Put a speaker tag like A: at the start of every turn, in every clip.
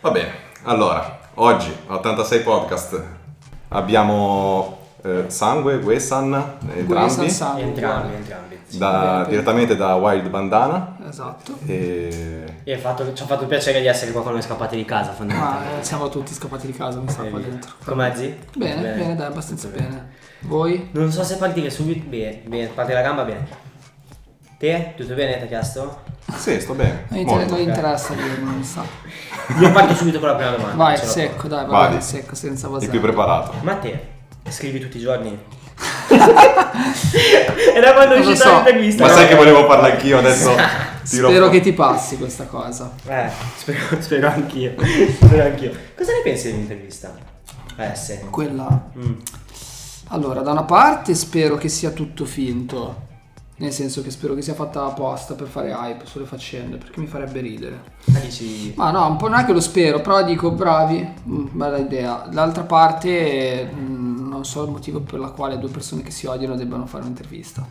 A: Va bene, allora, oggi, 86 podcast, abbiamo eh, Sangue, Guesan, eh, entrambi,
B: Sangue,
C: Entrambi, entrambi.
A: da- direttamente da Wild Bandana.
B: Esatto.
A: E...
C: E ha fatto- ci ha fatto il piacere di essere qua quando scappate di casa, fondamentalmente.
B: Ma eh, siamo tutti scappati di casa, mi sta qua dentro.
C: Come oggi?
B: Ah. Bene, bene, dai, abbastanza bene. Voi? Eh,
C: Non so se partire subito. Bene, bene, parte la gamba bene. Te? Tutto bene? Ti ha chiesto?
A: Sì, sto bene.
B: Non inter-
A: molto.
B: non interessa dirlo, non sa.
C: Io parto subito con la prima domanda.
B: Vai,
C: ce la
B: secco, dai, vai,
A: Vai.
B: vai, secco, senza
A: Il
B: basare.
A: più preparato.
C: fa. Ma te? Scrivi tutti i giorni? È da quando è
B: Non lo
C: uscita
B: so.
C: l'intervista.
A: Ma
C: no?
A: sai che volevo farla anch'io adesso? tiro
B: Spero
A: fu-
B: che ti passi questa cosa.
C: Eh, spero, spero anch'io. Spero anch'io. Cosa ne pensi dell'intervista? Eh, sì.
B: Quella.
C: Mm.
B: Allora, da una parte spero che sia tutto finto. Nel senso che spero che sia fatta apposta per fare hype sulle faccende, perché mi farebbe ridere.
C: Ma dici.
B: Ma no, un po' non è che lo spero, però dico bravi, mm, bella idea. D'altra parte, mm, non so il motivo per la quale due persone che si odiano debbano fare un'intervista.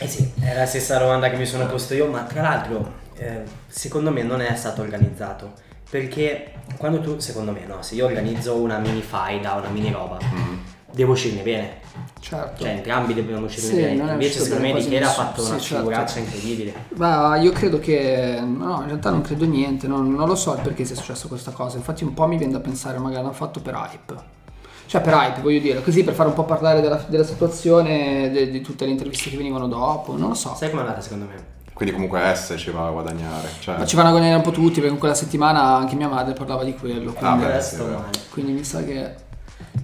C: Eh sì, è la stessa domanda che mi sono posto io, ma tra l'altro eh, secondo me non è stato organizzato. Perché quando tu, secondo me, no, se io organizzo una mini faida, una mini roba,
A: Mm.
C: devo uscirne bene.
B: Certo.
C: Cioè entrambi dobbiamo uscirne
B: Sì, non
C: bene.
B: è
C: Invece
B: uscito
C: secondo me
B: bene
C: Di
B: quasi
C: Chela ha
B: nessuno.
C: fatto una
B: Sì, certo.
C: figuraccia incredibile.
B: Ma io credo che... No, in realtà non credo niente, non, non lo so il perché sia successa questa cosa. Infatti un po' mi viene da pensare, magari l'hanno fatto per hype. Cioè per hype, voglio dire, così per fare un po' parlare della, della situazione, de- di tutte le interviste che venivano dopo, non lo so.
C: Sai com'è andata secondo me?
A: Quindi comunque S ci va a guadagnare. Cioè...
B: Ma ci vanno a guadagnare un po' tutti, perché in quella settimana anche mia madre parlava di quello. Quindi...
A: Ah, beh,
C: Resto
A: sì,
C: male.
B: Quindi mi sa che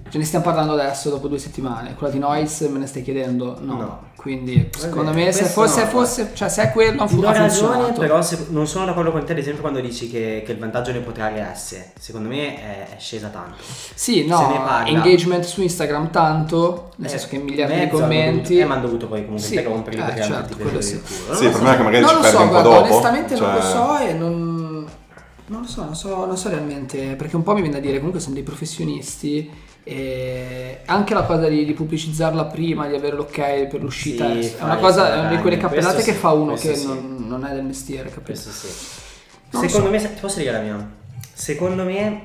B: ce ne stiamo parlando adesso, dopo due settimane. Quella di Nois me ne stai chiedendo? No.
C: No.
B: Quindi, secondo
C: vero,
B: me, se
C: questo
B: fosse,
C: no.
B: fosse- cioè, se è quello, ha fu-
C: Non
B: ha
C: hai ragione,
B: funzionato.
C: però se- non sono d'accordo con te, ad esempio, quando dici che, che il vantaggio ne può trarre S. Secondo me eh, è, è scesa tanto.
B: Sì,
C: se ne
B: no,
C: parla. Eh,
B: engagement su Instagram tanto, nel senso che miliardi di commenti.
C: E mi hanno dovuto poi comunque
B: Sì,
C: interromperli
B: eh,
C: perché hanno
B: certo,
C: tutti
B: quello
C: preso
B: sì.
C: il culo.
A: Sì,
C: Non
A: il
C: lo so.
A: problema è che magari
B: non
A: ci
B: lo
A: perdi
B: so,
A: un po'
B: guarda,
A: dopo.
B: onestamente non lo
A: Cioè,
B: so e non... Non lo so, non so, non so realmente, perché un po' mi viene da dire, comunque sono dei professionisti e anche la cosa di, di pubblicizzarla prima, di avere l'ok per l'uscita,
C: Sì,
B: è
C: fa
B: una
C: i
B: cosa, è una
C: guadagni,
B: di quelle cappellate
C: questo
B: che
C: sì,
B: fa uno
C: questo
B: che
C: sì.
B: non, non è del mestiere, capito?
C: Questo sì.
B: Non lo
C: Secondo
B: so.
C: me, se- ti posso dire la mia? Secondo me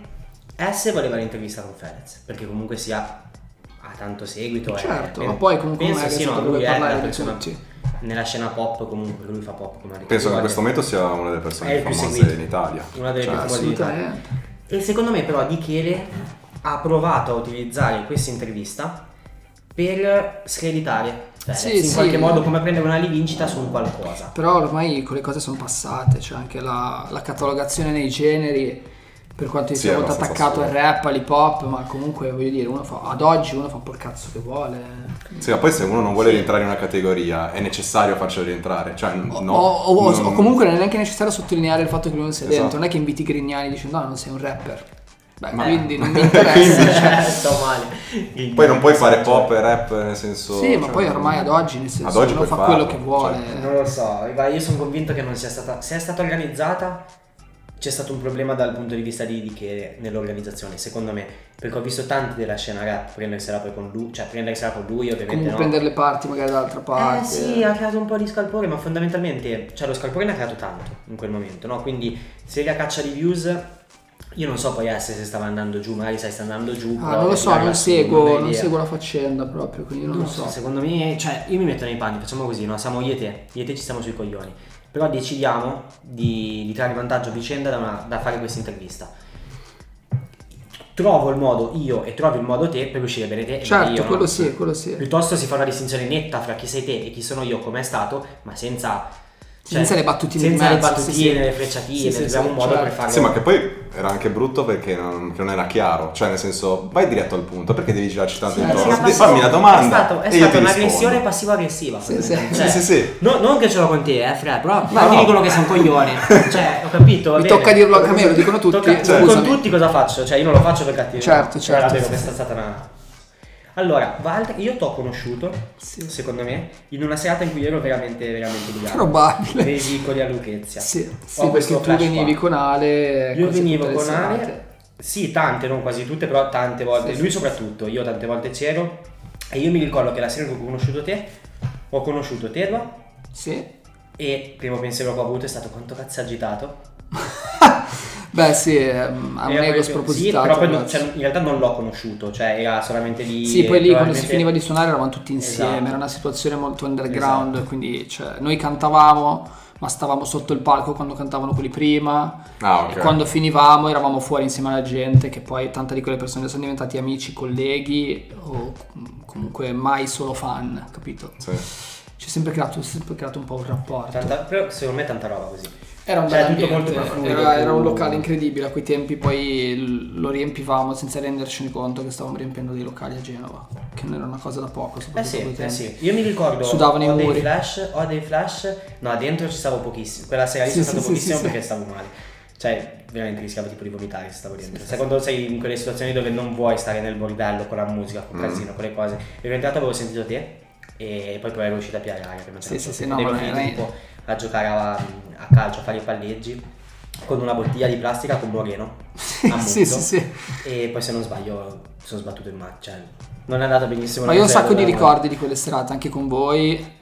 C: S voleva l'intervista con Fedez, perché comunque sia ha tanto seguito. eh.
B: Certo,
C: Pen-
B: ma poi comunque
C: penso
B: non è che
C: sì, no,
B: dovrebbe
C: lui è
B: parlare
C: la
B: di
C: persona-
B: tutti.
C: Nella scena pop comunque, lui fa pop come ha
A: Penso
C: detto
A: che in
C: Giovanni.
A: questo momento sia una delle
C: È
A: persone
C: il
A: più
C: più
A: famose
C: seguito.
A: in Italia.
C: Una delle
A: Cioè,
C: più famose in Italia.
B: Assolutamente.
C: E secondo me però Di Chele ha provato a utilizzare questa intervista per screditare Fedez,
B: Sì,
C: in
B: sì.
C: qualche modo come prendere una rivincita su un qualcosa.
B: Però ormai quelle cose sono passate, c'è anche la, la catalogazione nei generi, per quanto io
A: Sì,
B: sia
A: è
B: molto
A: abbastanza
B: attaccato al rap, all'hip hop, ma comunque voglio dire, uno fa, ad oggi uno fa un po' il cazzo che vuole.
A: Sì, ma poi se uno non vuole rientrare in una categoria è necessario farcelo rientrare. Cioè, n-
B: O-
A: no.
B: o, o-
A: non-
B: o comunque non è neanche necessario sottolineare il fatto che lui non sia
A: Esatto.
B: dentro, non è che inviti Grignani dicendo no, non sei un rapper. Beh,
C: Ma-
B: quindi non mi interessa.
A: Quindi-
B: cioè.
C: Eh, sto male. Il-
A: Poi non puoi fare pop e rap nel senso.
B: Sì, ma
A: cioè,
B: poi ormai ad oggi, nel senso,
A: Ad oggi
B: uno
A: puoi
B: fa quello
A: farlo, cioè,
B: che vuole. eh,
C: Non lo so, guarda, io sono convinto che non sia stata. Se è stata organizzata, c'è stato un problema dal punto di vista di, di che nell'organizzazione, secondo me. Perché ho visto tanti della scena rap prendersela poi con lui, cioè prendersela con lui, ovviamente.
B: Comunque
C: no.
B: prendere le parti magari dall'altra parte. Ah,
C: Eh sì, ha creato un po' di scalpore, ma fondamentalmente, cioè lo scalpore ne ha creato tanto in quel momento, no? Quindi se la caccia di views, io non so poi eh, se se stava andando giù, magari sai sta andando giù.
B: Ah,
C: però
B: non lo so,
C: arrivarla
B: non
C: su, ho
B: seguo, non
C: idea.
B: seguo la faccenda proprio, quindi non,
C: Non
B: lo so.
C: Secondo me, cioè, io mi metto nei panni, facciamo così, no? Siamo io e te, io e te ci stiamo sui coglioni. Però decidiamo di, di trarre vantaggio a vicenda da, una- da fare questa intervista. Trovo il modo io e trovi il modo te per uscire bene te e
B: Certo,
C: bene io. no?
B: quello sì, quello sì.
C: Piuttosto si fa una distinzione netta fra chi sei te e chi sono io, come è stato, ma senza. cioè,
B: Senza le battutine
C: senza
B: di
C: le
B: mezzo,
C: battutine,
B: sì, sì.
C: le frecciatine,
B: Sì, sì,
C: troviamo
B: sì,
C: un modo
B: certo.
C: per farlo.
A: Sì, ma che poi era anche brutto perché non, che non era chiaro. Cioè, nel senso, vai diretto al punto, perché devi girarci tanto
B: Sì,
C: Eh,
A: intorno?
C: sì, ma
A: De-
C: passivo-
A: fammi una domanda.
C: È, stato- cioè. è
A: e io
C: stata
A: ti
C: un'aggressione
A: rispondo.
C: passivo-aggressiva.
B: Sì, sì.
C: fondamentalmente.
A: Sì, sì, sì.
C: no- non che ce l'ho con te, eh, Fre, però
A: Ma
C: ti
A: no.
C: dicono che sei un coglione. cioè, ho capito. va
B: Mi
C: bene.
B: tocca dirlo anche a me, lo dicono tutti,
C: Tocca-
B: cioè,
C: Con
B: scusami.
C: tutti cosa faccio? Cioè, io non lo faccio per cattivo.
B: Certo, certo.
C: questa è stata una. Allora, Walter, io t'ho conosciuto,
B: Sì.
C: secondo me, in una serata in cui ero veramente, veramente biliardo.
B: Probabile.
C: Dei vicoli a Lucrezia.
B: Sì, sì,
C: Ho questo
B: perché tu
C: flash qua.
B: venivi con Ale.
C: Io
B: cose
C: venivo con
B: interessate.
C: Ale, sì, tante, non quasi tutte, però tante volte.
B: Sì,
C: Lui
B: sì.
C: soprattutto, io tante volte c'ero. E io mi ricordo che la sera in cui ho conosciuto te, ho conosciuto Terva.
B: Sì.
C: E il primo pensiero che ho avuto è stato quanto cazzo è agitato.
B: Beh sì, ehm, ha un
C: Era
B: ego
C: proprio-
B: spropositato.
C: Eh, Sì, però poi non-
B: ragazzi.
C: cioè, in realtà non l'ho conosciuto, cioè era solamente lì.
B: Sì, poi
C: e
B: lì quando si
C: probabilmente-
B: finiva di suonare eravamo tutti insieme,
C: Esatto.
B: era una situazione molto underground, quindi cioè, noi cantavamo, ma stavamo sotto il palco quando cantavano quelli prima
A: Ah, ok.
B: e quando finivamo eravamo fuori insieme alla gente, che poi tante di quelle persone sono diventati amici, colleghi o com- comunque mai solo fan, capito?
A: Sì.
B: Ci è sempre creato, si è sempre creato un po' un rapporto.
C: Tanta- però secondo me tanta roba così.
B: Era un
C: Cioè,
B: bel
C: tutto
B: ambiente,
C: molto più fluido,
B: era, era un
C: più-
B: locale incredibile a quei tempi, poi l- lo riempivamo senza rendercene conto che stavamo riempiendo dei locali a Genova, che non era una cosa da poco, soprattutto
C: Eh
B: a
C: sì,
B: quei
C: eh
B: tempi.
C: sì, io mi ricordo
B: Sudavano i
C: ho
B: muri.
C: dei flash, ho dei flash, no dentro ci stavo pochissimo, quella sera lì
B: Sì,
C: sono stato
B: sì, sì,
C: pochissimo
B: sì,
C: perché stavo male. Cioè, veramente rischiavo tipo di vomitare se stavo dentro. Sai quando sei in quelle situazioni dove non vuoi stare nel bordello con la musica, con il
B: Mm.
C: casino, con le cose. Ero entrato, avevo sentito te e poi poi ero uscita a piagare perché non
B: Sì,
C: c'era
B: sì,
C: posto.
B: sì, no,
C: Potevo
B: ma
C: finire
B: era-
C: tipo a giocare a, a calcio, a fare i palleggi con una bottiglia di plastica con Moreno. a Monzo.
B: sì, sì, sì.
C: E poi se non sbaglio sono sbattuto in macchia. Non è andata benissimo.
B: Ma
C: la
B: io ho un
C: cosa
B: sacco di
C: della-
B: ricordi di quelle serate, anche con
C: Eh.
B: voi.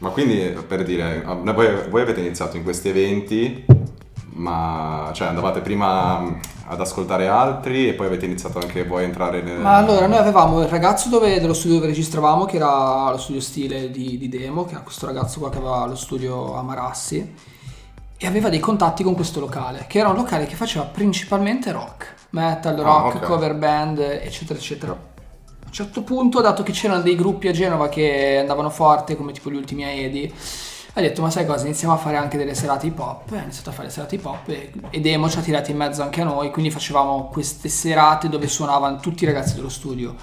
A: Ma quindi per dire, ah, voi, voi avete iniziato in questi eventi, ma cioè andavate prima mh, ad ascoltare altri e poi avete iniziato anche voi a entrare nel...
B: Ma allora, noi avevamo il ragazzo dove, dello studio dove registravamo, che era lo studio stile di, di Demo, che era questo ragazzo qua che aveva lo studio a Marassi, e aveva dei contatti con questo locale, che era un locale che faceva principalmente rock, metal,
C: Ah,
B: rock,
A: ok.
B: cover band, eccetera, eccetera. A un certo punto, dato che c'erano dei gruppi a Genova che andavano forte, come tipo gli ultimi Aedi, ha detto ma sai cosa iniziamo a fare anche delle serate hip hop e ha iniziato a fare serate hip hop e, e Demo ci ha tirati in mezzo anche a noi quindi facevamo queste serate dove suonavano tutti i ragazzi dello studio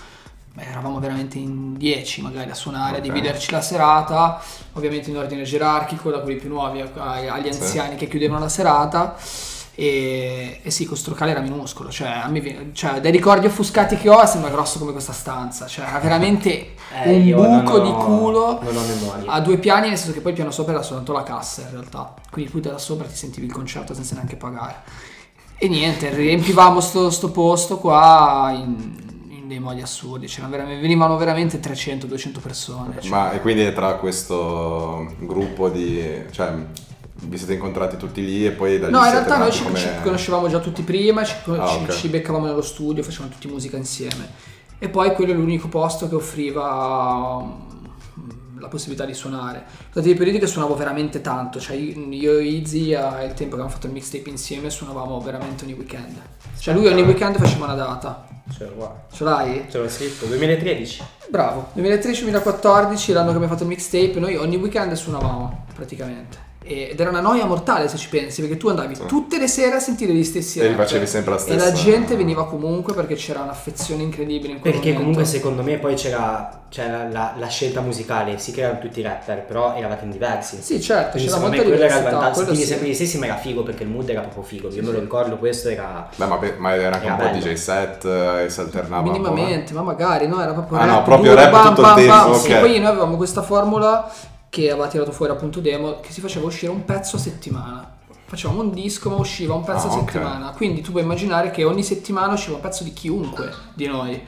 B: Beh, eravamo veramente in 10 magari a suonare
A: Ok.
B: a dividerci la serata ovviamente in ordine gerarchico da quelli più nuovi a- a- agli
A: Sì.
B: anziani che chiudevano la serata e, e sì, questo locale era minuscolo, cioè, a me viene- cioè, dai ricordi offuscati che ho eh, sembra grosso come questa stanza, cioè era veramente
C: Eh,
B: un
C: io non
B: buco
C: ho-
B: di culo
C: Non ho memoria.
B: a due piani, nel senso che poi il piano sopra era soltanto la cassa in realtà. Quindi tu da sopra ti sentivi il concerto senza neanche pagare. E niente, riempivamo sto, sto posto qua in, in dei modi assurdi. C'erano veramente- venivano veramente 300-200 persone. cioè.
A: Ma e quindi tra questo gruppo di... cioè vi siete incontrati tutti lì e poi da Eh, lì
B: No, in
A: siete
B: realtà noi
A: nati
B: ci,
A: come-
B: ci conoscevamo già tutti prima, ci,
A: Ah,
B: ci-
A: ok.
B: ci beccavamo nello studio, facevamo tutti musica insieme. E poi quello è l'unico posto che offriva mm, la possibilità di suonare. Sono stati dei periodi che suonavo veramente tanto, cioè io e Izzy al tempo che avevamo fatto il mixtape insieme suonavamo veramente ogni weekend. Cioè lui
A: Ah.
B: ogni weekend faceva una data.
C: Ce l'ho qua.
B: Ce l'hai?
C: Ce l'ho scritto. 2013.
B: Bravo, 2013-2014, l'anno che mi ha fatto il mixtape, noi ogni weekend suonavamo praticamente. E- Ed era una noia mortale se ci pensi, perché tu andavi
A: Sì.
B: tutte le sere a sentire gli stessi
A: E li
B: rapper.
A: facevi sempre la
B: E
A: stessa.
B: la gente veniva comunque perché c'era un'affezione incredibile in quel
C: Perché
B: momento.
C: comunque secondo me poi c'era, c'era la, la scelta musicale, sì che erano tutti rapper, però eravate in diversi.
B: Sì, certo,
C: Quindi
B: c'era
C: secondo
B: molta
C: me quello era il
B: diversità,
C: vantaggio,
B: quello
C: quindi
B: sì.
C: sempre gli stessi ma era figo perché il mood era proprio figo, io me lo ricordo questo era...
A: Beh, ma, pe- ma era anche un
C: Era
A: po'
C: bello.
A: DJ set eh, e si alternava. un po', eh?
B: Minimamente, ma magari no, era proprio
A: Ah, no,
B: rap
A: proprio
B: duro,
A: rap
B: bam,
A: tutto il
B: bam,
A: tempo,
B: bam.
A: ok.
B: Sì, poi noi avevamo questa formula che aveva tirato fuori appunto Demo che si faceva uscire un pezzo a settimana. Facevamo un disco ma usciva un pezzo
A: Ah,
B: a
A: ok.
B: settimana. Quindi tu puoi immaginare che ogni settimana usciva un pezzo di chiunque di noi.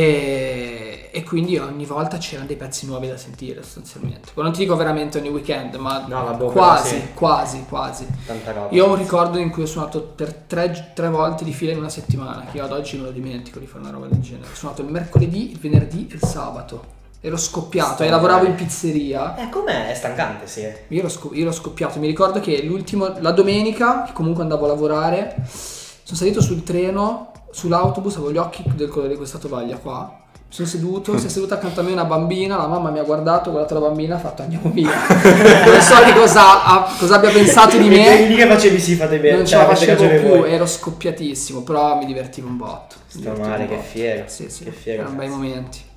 B: E, e quindi ogni volta c'erano dei pezzi nuovi da sentire sostanzialmente. Poi non ti dico veramente ogni weekend, ma
C: No, vabbè, però
B: quasi,
C: sì.
B: quasi, quasi.
C: Tanta roba.
B: Io ho un ricordo in cui ho suonato per tre, tre volte di fila in una settimana, che io ad oggi me lo dimentico di fare una roba del genere. Ho suonato il mercoledì, il venerdì e il sabato. Ero scoppiato, e
C: Storia.
B: lavoravo in pizzeria.
C: Eh com'è? È stancante, sì.
B: Io ero, sco- io ero scoppiato. Mi ricordo che l'ultimo, la domenica, che comunque andavo a lavorare, sono salito sul treno, sull'autobus, avevo gli occhi del colore di questa tovaglia qua. Mi sono seduto, si è seduta accanto a me una bambina, la mamma mi ha guardato, ho guardato la bambina, ha fatto andiamo via. non so di cosa, a- cosa abbia pensato di
C: E
B: me.
C: lì che facevi sì, fate bene.
B: Non ce
C: cioè,
B: la
C: avete
B: facevo
C: ragione
B: più, eh.
C: voi.
B: ero scoppiatissimo, però mi divertivo un botto. Mi
C: Sto
B: divertivo
C: male,
B: un
C: che
B: botto.
C: fiero.
B: Sì, sì,
C: Che fiero.
B: erano bei
C: cazzo.
B: momenti.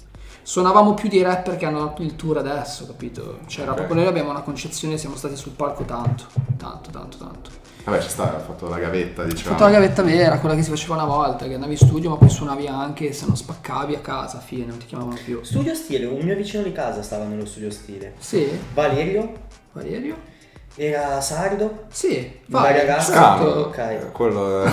B: Suonavamo più dei rapper che hanno il tour adesso, capito? Cioè, era
A: Ok.
B: proprio noi abbiamo una concezione, siamo stati sul palco tanto, tanto, tanto, tanto.
A: Vabbè, ci sta, ha fatto la gavetta, diciamo.
B: Ho fatto la gavetta vera, quella che si faceva una volta, che andavi in studio ma poi suonavi anche, se non spaccavi a casa, fine, non ti chiamavano più.
C: Studio stile, un mio vicino di casa stava nello studio stile.
B: Sì,
C: Valerio
B: Valerio?
C: era sardo.
B: Sì,
C: Vai,
B: vai,
C: ragazzi.
A: Ah,
B: esatto.
C: ok.
A: Quello... eh,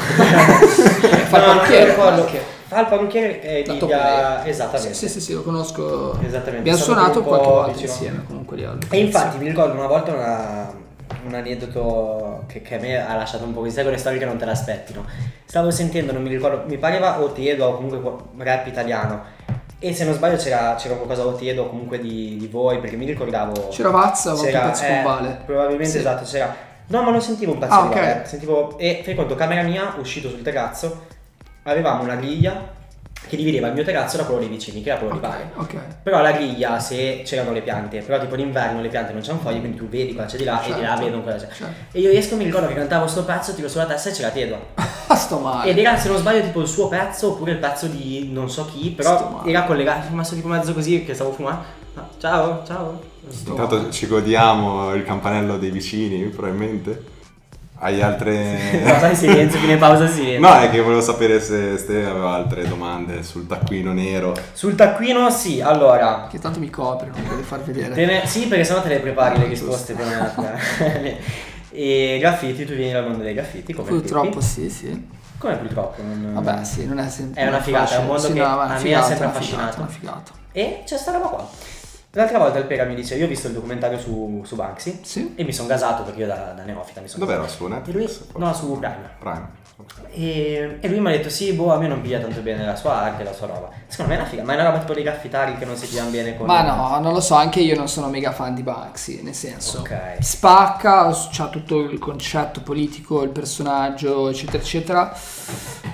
B: Fa il
C: No, non
B: panchiere,
C: mi
B: fa
C: ricordo.
B: il panchiere.
C: Fa il panchiere e
B: Da
C: gli
B: top
C: dà...
B: player.
C: Esattamente.
B: Sì, sì, sì, lo conosco.
C: Esattamente,
B: Abbiamo
C: sono
B: suonato
C: un po'
B: qualche volta
C: vicino.
B: insieme comunque lì al-
C: E infatti mi ricordo una volta una, un aneddoto che, che a me ha lasciato un po' queste cose storiche non te l'aspettino. Stavo sentendo, non mi ricordo, mi pareva Otiedo o comunque qua- rap italiano. E se non sbaglio c'era, c'era qualcosa Otiedo comunque di, di voi, perché mi ricordavo.
B: C'era Vazza con un pezzo con
C: eh,
B: Vale.
C: Probabilmente
B: Sì.
C: esatto, c'era. No, ma non sentivo un pezzo
B: Ah,
C: di
B: ok.
C: Vale. Sentivo. E fai conto, camera mia, uscito sul terrazzo, avevamo una griglia che divideva il mio terrazzo da quello dei vicini, che era quello
B: Ok,
C: di Vale.
B: ok.
C: Però la griglia, se c'erano le piante, però tipo d'inverno le piante non c'hanno foglie, quindi tu vedi qua c'è di là Ah, e di là
B: Certo,
C: vedono cosa c'è.
B: certo.
C: E io esco mi ricordo che cantavo sto pezzo, tiro sulla testa e c'era Tedua.
B: Ah, sto male.
C: Ed era, se non sbaglio, tipo il suo pezzo oppure il pezzo di non so
B: Sto
C: chi, però
B: male.
C: era collegato, rimasto tipo mezzo così che stavo fumando. Ah, Ciao, ciao.
B: Sto male.
A: Intanto ci godiamo il campanello dei vicini, probabilmente. Hai
C: Pausa in
A: altre...
C: silenzio, fine pausa in silenzio.
A: No, è che volevo sapere se Ste aveva altre domande sul taccuino nero.
C: Sul taccuino sì, allora.
B: Che tanto mi copre, non voglio far
C: te
B: vedere.
C: ne- sì, perché sennò te le prepari le
B: Ah,
C: risposte per un'altra. e graffiti, tu vieni dal mondo dei graffiti, come
B: Purtroppo
C: tutti.
B: sì, sì.
C: Come purtroppo. non-
B: Vabbè, sì, non è sempre
C: Mm. È una figata,
B: facile.
C: è un mondo
B: Sì,
C: che
B: no,
C: a
B: ma
C: me
B: una
C: ha
B: figata,
C: sempre
B: una figata,
C: affascinato.
B: Una figata.
C: E c'è sta roba qua. L'altra volta il Pera mi dice, io ho visto il documentario su, su Banksy
B: Sì.
C: e mi sono gasato perché io da, da neofita mi sono
A: Dov'era?
C: gasato.
A: Su
C: E lui-
A: Netflix?
C: no, su Prime.
A: Prime.
C: E, e lui mi ha detto, sì, boh, a me non piglia tanto bene la sua arte, la sua roba. Secondo me è una figa, ma è una roba tipo dei graffitari che non si pigliano bene con...
B: Ma no, non lo so, anche io non sono mega fan di Banksy, nel senso
C: Ok.
B: spacca, c'ha tutto il concetto politico, il personaggio, eccetera, eccetera.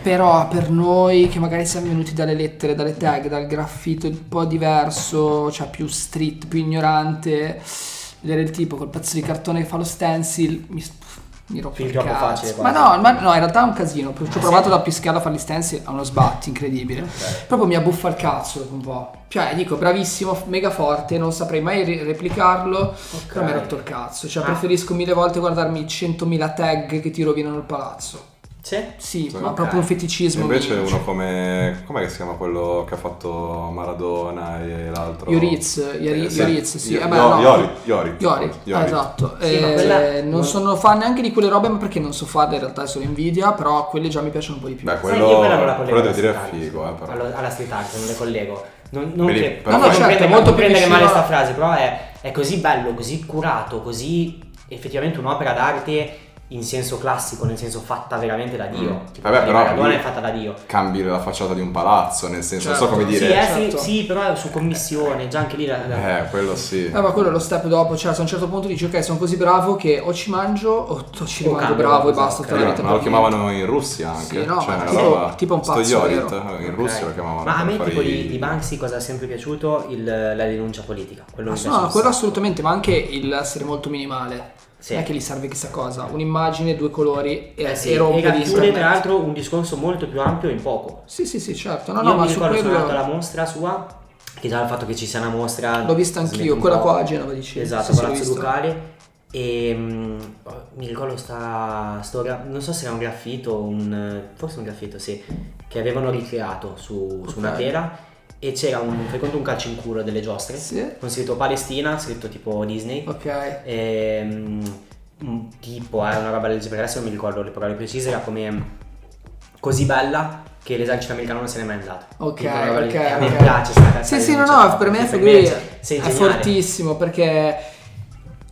B: Però per noi che magari siamo venuti dalle lettere, dalle tag, dal graffito un po' diverso, cioè più street, più ignorante, vedere il tipo col pezzo di cartone che fa lo stencil, mi, mi rompe
C: Fin
B: il
C: troppo
B: cazzo.
C: facile,
B: ma
C: guarda.
B: no, ma no, in realtà è un casino, ci
C: sì?
B: ho provato da pischiare a fare gli stencil, è uno sbatti incredibile.
C: Ok.
B: Proprio mi abbuffa il cazzo dopo un po'. Cioè, dico, bravissimo, f- mega forte, non saprei mai re- replicarlo, però mi ha rotto il cazzo. Cioè,
C: Ah.
B: preferisco mille volte guardarmi 100.000 tag che ti rovinano il palazzo.
C: Sì?
B: Sì,
A: Sì,
B: ma
A: ok.
B: proprio un
A: E
B: feticismo.
A: invece
B: mi-
A: uno come... com'è che si chiama quello che ha fatto Maradona e l'altro?
B: Ioriz, Iori-
A: Eh, sì.
B: Ioriz, sì.
A: Io-
B: Eh beh,
A: no,
B: no.
A: Iori- Iori.
B: Iori,
A: Iori.
B: ah, esatto.
C: Sì, ma
B: Eh,
C: quella-
B: Non sono fan neanche di quelle robe, ma perché non so farle in realtà è solo invidia, però quelle già mi piacciono un po' di più.
A: Beh,
C: Sai che io
A: quello,
C: quella non la collego
A: quello devo
C: alla
A: dire è
C: street art.
A: figo, eh, però.
C: Alla, alla street art non le collego. Non, non
A: Vedi,
C: che,
A: però
C: non
A: No, no,
C: che
A: certo,
C: prendere-
B: molto
C: non
B: più
C: prendere
B: vicino
C: male sta
B: a-
C: frase, però è, è così bello, così curato, così effettivamente un'opera d'arte in senso classico, nel senso fatta veramente da Dio.
A: Mm.
C: Tipo,
A: Vabbè, però
C: Maradona
A: lì
C: è fatta da Dio.
A: cambi la facciata di un palazzo, nel senso, non so
B: Certo.
A: come
C: Sì,
A: dire.
C: eh,
B: certo.
C: sì, sì, però su commissione, già anche lì la, la-
A: Eh, quello sì.
B: Eh, ma quello è lo step dopo, cioè se a un certo punto dici ok sono così bravo che o ci mangio o o ci
C: O
B: rimango
C: cambio
B: bravo e
C: cosa,
B: basta.
C: ok.
B: tutta la
A: Allora,
B: vita
A: ma lo
B: per
A: chiamavano in Russia anche.
B: Sì, no,
A: cioè,
B: ma
A: una
B: tipo-
A: roba-
B: tipo un
A: sto
B: pazzo
A: Iorit,
B: vero.
A: in
C: Ok.
A: Russia lo chiamavano.
C: Ma a me
A: per
C: tipo
A: fare
C: di,
A: i-
C: di Banksy cosa è sempre piaciuto? Il- la denuncia politica. Quello
B: Ah,
C: mi
B: sì,
C: piace
B: no,
C: un
B: quello
C: sacco.
B: assolutamente, ma anche il essere molto minimale.
C: Sì.
B: Non è che gli serve chissà cosa, un'immagine, due colori e,
C: Eh sì,
B: e rompe
C: e
B: di
C: racchiude tra
B: internet.
C: l'altro un discorso molto più ampio in poco.
B: Sì, sì, sì, certo. No,
C: Io
B: no,
C: mi
B: ma su
C: ricordo sono andato alla
B: quello
C: mostra sua, che già il fatto che ci sia una mostra...
B: l'ho vista
C: smette
B: anch'io,
C: un
B: quella
C: po'.
B: qua a Genova dici.
C: Esatto,
B: Sì, sì, l'ho
C: Palazzo
B: vista.
C: Ducale. E mm, mi ricordo sta, sto gra- non so se era un graffito, o un, forse un graffito, sì, che avevano ricreato su, su una
B: Ok.
C: tela e c'era un, fai conto un calcio in culo delle giostre,
B: Sì.
C: con scritto Palestina, scritto tipo Disney,
B: Ok.
C: Ehm, un tipo, è una roba del genere, adesso non mi ricordo le parole precise, era come così bella che l'esercito americano non se n'è mai andato.
B: Ok,
C: Tipo una roba del-
B: ok,
C: A me
B: ok.
C: piace sta cazzata
B: Sì,
C: di
B: sì, no,
C: denuncia,
B: no, per me
C: perché
B: lui
C: sei
B: è
C: geniale.
B: fortissimo perché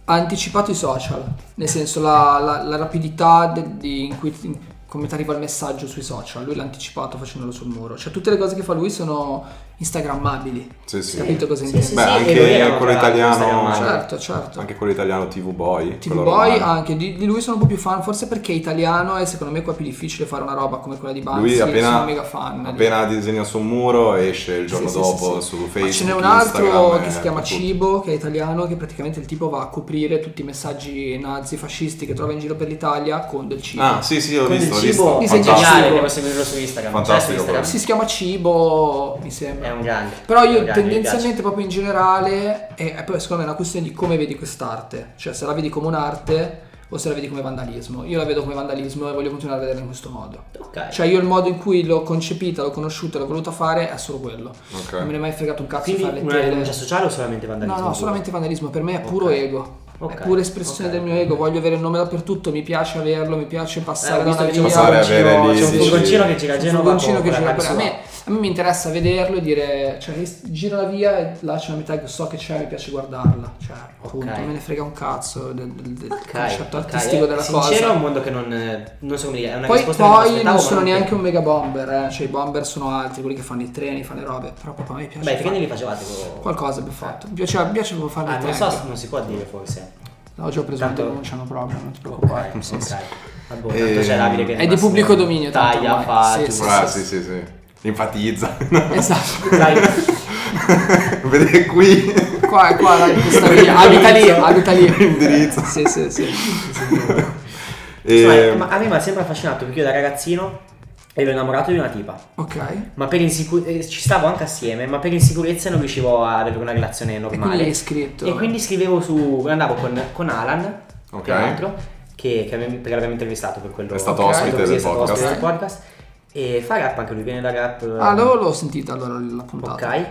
B: ha anticipato i social, nel senso la, la- la rapidità de- di- in cui in- come ti arriva il messaggio sui social, lui l'ha anticipato facendolo sul muro. Cioè tutte le cose che fa lui sono instagrammabili.
A: Sì, sì.
B: Capito cosa
C: Sì,
B: intendo?
C: sì,
A: Beh,
C: sì, e lui era
A: anche quello
C: bravo,
A: italiano.
C: bravo.
B: Certo, certo.
A: Ah, Anche quello italiano TV Boy.
B: TV
A: quello
B: Boy
A: romano.
B: anche, di, di lui sono un po' più fan, forse perché è italiano e secondo me qua è più difficile fare una roba come quella di Banksy,
A: Lui appena,
B: sono mega fan.
A: appena disegna su un muro esce il giorno
B: Sì, sì,
A: dopo
B: sì, sì.
A: su Facebook.
B: Ma ce n'è un altro
A: Instagram,
B: che si
A: eh,
B: chiama
A: tutto.
B: Cibo, che è italiano, che praticamente il tipo va a coprire tutti i messaggi nazi, fascisti che trova in giro per l'Italia con del cibo.
A: Ah, sì, sì, l'ho
C: Con il
A: visto. l'ho
C: cibo
A: visto.
B: Disegna
C: geniale,
A: Fantastico.
B: cibo.
C: devo seguirlo su Instagram.
A: Fantastico,
C: Cioè, su Instagram.
B: Si, si chiama Cibo, mi sembra.
C: È un grande.
B: Però
C: È un
B: io
C: grande, mi
B: tendenzialmente proprio in generale, e e poi secondo me è una questione di come vedi quest'arte, cioè se la vedi come un'arte o se la vedi come vandalismo. Io la vedo come vandalismo e voglio continuare a vederla in questo modo.
C: piace. Ok.
B: Cioè io il modo in cui l'ho concepita, l'ho conosciuta, l'ho voluta fare è solo quello.
A: Ok.
B: Non me ne è mai fregato un cazzo di
C: Quindi
B: fare le
C: una
B: tele.
C: denuncia sociale o solamente vandalismo?
B: No, no, solamente vandalismo, per me è
C: Ok.
B: puro ego.
C: Ok,
B: È pure espressione
C: ok.
B: del mio ego, voglio avere il nome dappertutto, mi piace averlo, mi piace
C: Eh,
B: passare da
C: ho
B: una
C: visto
B: via.
C: che c'è un
A: Passare a avere
C: furgoncino,
A: lì,
C: c'è un
A: sì,
C: furgoncino
A: sì.
C: che gira a
B: un
C: Genova con
B: furgoncino che
C: quella
B: gira per- a
C: canzone.
B: me, a me mi interessa vederlo e dire, cioè ris- giro la via e là c'è una metà che so che c'è, mi piace guardarla, cioè appunto,
C: Ok.
B: me ne frega un cazzo del, del- del
C: Ok,
B: concetto
C: ok,
B: artistico
C: eh,
B: della
C: sincero,
B: cosa.
C: è un mondo che non, eh, non so come dire, è una
B: Poi,
C: risposta che
B: poi
C: aspettavo,
B: non
C: ma
B: sono
C: non-
B: neanche un mega bomber, eh, cioè i bomber sono altri, quelli che fanno i treni, fanno le robe, però proprio a me piace.
C: Beh, i
B: fare-
C: treni li facevate con...
B: cioè, Qualcosa abbiamo fatto, mi piaceva, mi piace proprio fare
C: Ah,
B: i
C: non
B: treni.
C: so, se non si può dire forse.
B: Ho già preso
C: Tanto-
B: un non c'hanno proprio, non ti preoccupare.
C: Ok, sì, ok. Vabbè,
A: Eh,
C: tanto c'è Davide che
B: è di
C: rimasto-
B: pubblico dominio, tanto
C: Taglia,
B: ormai.
C: fa...
B: Sì,
C: tu-
B: sì,
A: Ah, sì, sì, sì. Enfatizza.
B: Esatto.
C: Dai,
A: Vedete qui
B: Qua, qua, dai, questa via. Abita lì, abita lì.
A: Indirizzo.
B: Sì, sì, sì.
A: E-
C: insomma, ma a me mi ha sempre affascinato perché io da ragazzino ero innamorato di una tipa.
B: Ok.
C: Ma per insicurezza ci stavo anche assieme, ma per insicurezza non riuscivo ad avere una relazione
B: E quindi
C: normale.
B: l'hai scritto.
C: E quindi scrivevo su. andavo con, con Alan,
A: Certo. Ok.
C: che è un altro, che, che abbiamo- perché l'abbiamo intervistato per quello.
A: È stato
C: per
B: ospite
C: quello che
A: del
C: è stato
A: podcast.
C: ospite del podcast. E fa rap anche lui, viene da rap.
B: Ah, l'avevo l'ho sentita allora la puntata.
C: Ok.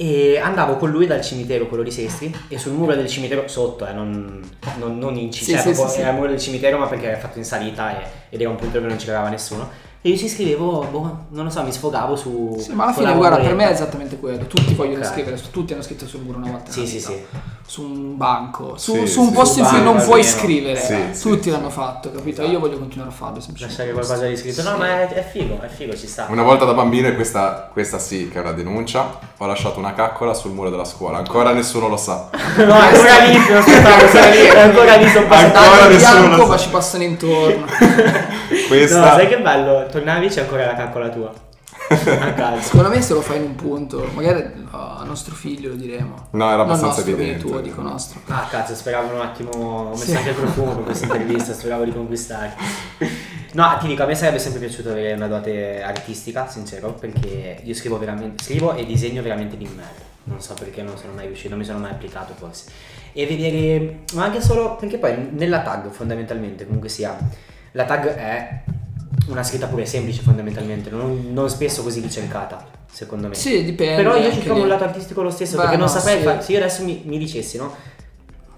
C: E andavo con lui dal cimitero, quello di Sestri, e sul muro del cimitero sotto, eh, non, non, non in
B: Sì,
C: cimitero,
B: sì, sì, sì.
C: era il muro del cimitero, ma perché era fatto in salita e- ed era un punto dove non ci cagava nessuno. E io ci scrivevo, boh, non lo so, mi sfogavo su.
B: Sì, ma alla
C: con
B: fine,
C: la
B: guarda, per me
C: bomboletta.
B: è esattamente quello. Tutti vogliono
C: Ok.
B: scrivere, su- tutti hanno scritto sul muro una volta.
C: Sì,
B: nella
C: sì,
B: vita.
C: sì.
B: Su un banco, su,
A: Sì,
B: su un
A: sì,
B: posto
A: sul
B: in cui
C: banco,
B: non puoi
C: almeno.
B: scrivere.
A: Sì, sì,
B: tutti
A: sì.
B: l'hanno fatto, capito? Io voglio continuare a farlo semplicemente.
C: Lasciare qualcosa di scritto. No,
B: Sì.
C: ma è, è figo, è figo, ci sta.
A: Una volta da bambino, e questa, questa sì che è una denuncia, ho lasciato una caccola sul muro della scuola. Ancora nessuno lo sa.
C: No, ancora lì, non aspettavo, sono lì, ancora lì, sono passato.
A: Ancora
B: Tanto
A: nessuno lo
B: bianco,
A: sa.
B: ma ci passano intorno.
A: Questa...
C: No, sai che bello? Tornavi c'è ancora la caccola tua. A casa.
B: Secondo me se lo fai in un punto, magari a nostro figlio lo diremo.
A: No, era abbastanza
B: non nostro, quindi
A: evidente.
B: tuo, dico nostro.
C: Ah, cazzo, speravo un attimo. Ho messo
B: Sì.
C: anche il profumo con questa intervista, speravo di conquistare. No, ti dico, a me sarebbe sempre piaciuto avere una dote artistica, sincero, perché io scrivo veramente. Scrivo e disegno veramente di merda. Non so perché non sono mai riuscito, non mi sono mai applicato forse. E vedere. Ma anche solo. Perché poi nella tag, fondamentalmente, comunque sia. La tag è una scritta pure semplice, fondamentalmente, non, non spesso così ricercata, secondo me.
B: Sì, dipende.
C: Però io ci
B: anche
C: trovo
B: lì.
C: un lato artistico lo stesso,
B: Beh,
C: perché non
B: no,
C: saprei
B: sì.
C: fare. Se io adesso mi, mi dicessi, no?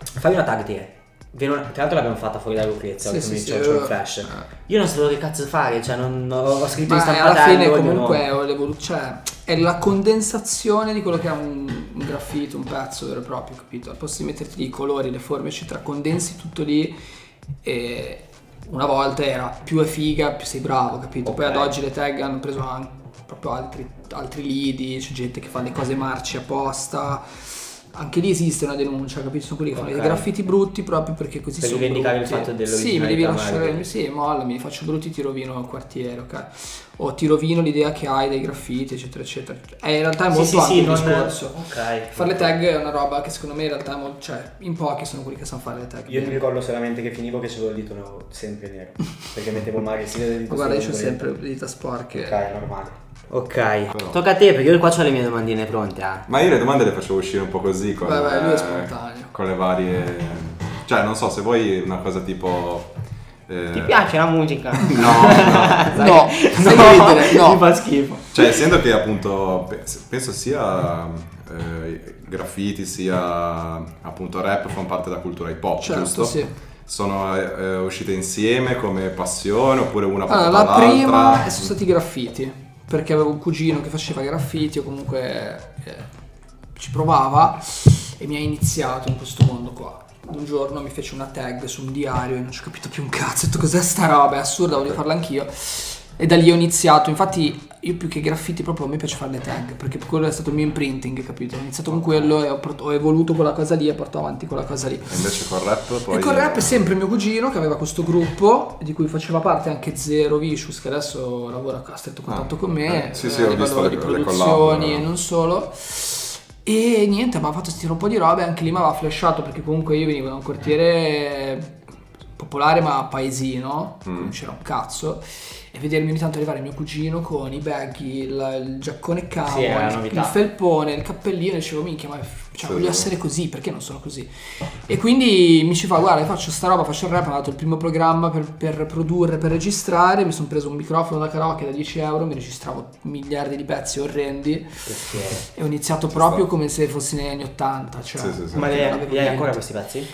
C: Fai una tag te. Ve non- Tra l'altro l'abbiamo fatta fuori da Lucrezia,
B: Sì,
C: come
B: sì, sì,
C: diceva John
B: eh.
C: Flash. Io non sapevo che cazzo fare, cioè non ho ho scritto in
B: Ma alla
C: stampatello.
B: fine
C: ognuno-
B: comunque è, l'evolu- cioè, è la condensazione di quello che è un, un graffito, un pezzo vero e proprio, capito? Al posto di metterti i colori, le forme, eccetera, condensi tutto lì e una volta era più è figa, più sei bravo, capito? Poi
C: Ok.
B: ad oggi le tag hanno preso anche proprio altri, altri lidi, c'è gente che fa le cose marce apposta. Anche lì esiste una denuncia, capito? Sono quelli che fanno
C: Ok.
B: i graffiti brutti proprio perché così
C: Per
B: sono
C: rivendicare il
B: brutti.
C: fatto
B: Sì, mi devi
C: dell'originalità,
B: lasciare,
C: magari.
B: sì, molla, mi faccio brutti, ti rovino il quartiere, ok? o ti rovino l'idea che hai dei graffiti, eccetera, eccetera. È in realtà è molto
C: sì, sì,
B: ampio
C: sì,
B: il
C: non-
B: discorso.
C: Ok.
B: Fare le tag è una roba che secondo me in realtà è mol- cioè, in pochi sono quelli che sanno fare le tag.
C: Io mi ricordo solamente che finivo che c'avevo il dito nero, sempre nero. Perché mettevo male sia del dito
B: Guarda, io ho
C: sono
B: sempre le dita sporche.
C: Ok, è normale. Ok.
A: Però-
C: Tocca a te, perché io qua ho le mie domandine pronte, ah.
A: Ma io le domande le facevo uscire un po' così con,
B: Vai, vai, lui è
A: eh,
B: spontaneo.
A: con le varie... Cioè, non so, se vuoi una cosa tipo... eh,
C: Ti piace la musica?
A: No, no.
B: No, stai a ridere, no.
C: mi fa schifo.
A: Cioè, essendo che appunto pe- penso sia eh, graffiti sia appunto rap fanno parte della cultura hip hop,
B: Certo,
A: giusto?
B: sì.
A: Sono eh, eh, uscite insieme come passione oppure una
B: Allora,
A: portata
B: la
A: all'altra?
B: prima sono stati i graffiti, perché avevo un cugino che faceva graffiti o comunque eh, ci provava e mi ha iniziato in questo mondo qua. Un giorno mi fece una tag su un diario e non ci ho capito più un cazzo, ho detto cos'è sta roba, è assurda, voglio farla anch'io. E da lì ho iniziato, infatti io più che graffiti proprio a me piace fare le tag, perché quello è stato il mio imprinting, capito? Ho iniziato con quello e ho, port- ho evoluto quella cosa lì e porto avanti quella cosa lì.
A: E invece col rap poi...
B: Ecco, E col rap è sempre mio cugino che aveva questo gruppo di cui faceva parte anche Zero Vicious che adesso lavora a stretto contatto
A: Ah,
B: con me
A: ok. Sì,
B: eh,
A: sì,
B: a
A: ho
B: livello
A: visto le-
B: di
A: le
B: produzioni
A: collab, eh.
B: e non solo e niente aveva fatto sti un po' di robe anche lì mi aveva flashato perché comunque io venivo da un quartiere popolare ma paesino
A: Mm.
B: non c'era un cazzo e vedermi ogni tanto arrivare mio cugino con i baggy il, il giaccone camo
C: Sì, era una
B: il,
C: novità.
B: il felpone il cappellino e dicevo minchia ma f- cioè,
A: Sì,
B: voglio
A: sì.
B: essere così perché non sono così e quindi mi ci fa, guarda, faccio sta roba, faccio il rap, ho dato il primo programma per, per produrre, per registrare, mi sono preso un microfono da karaoke da 10 euro, mi registravo miliardi di pezzi orrendi
C: Che scherzo.
B: e ho iniziato
A: Ci
B: proprio
A: sta.
B: come se fossi negli anni 80, cioè
A: Sì, sì, sì.
C: Ma
B: non
C: li
B: avevo
C: hai- li hai
B: niente.
C: ancora questi pezzi?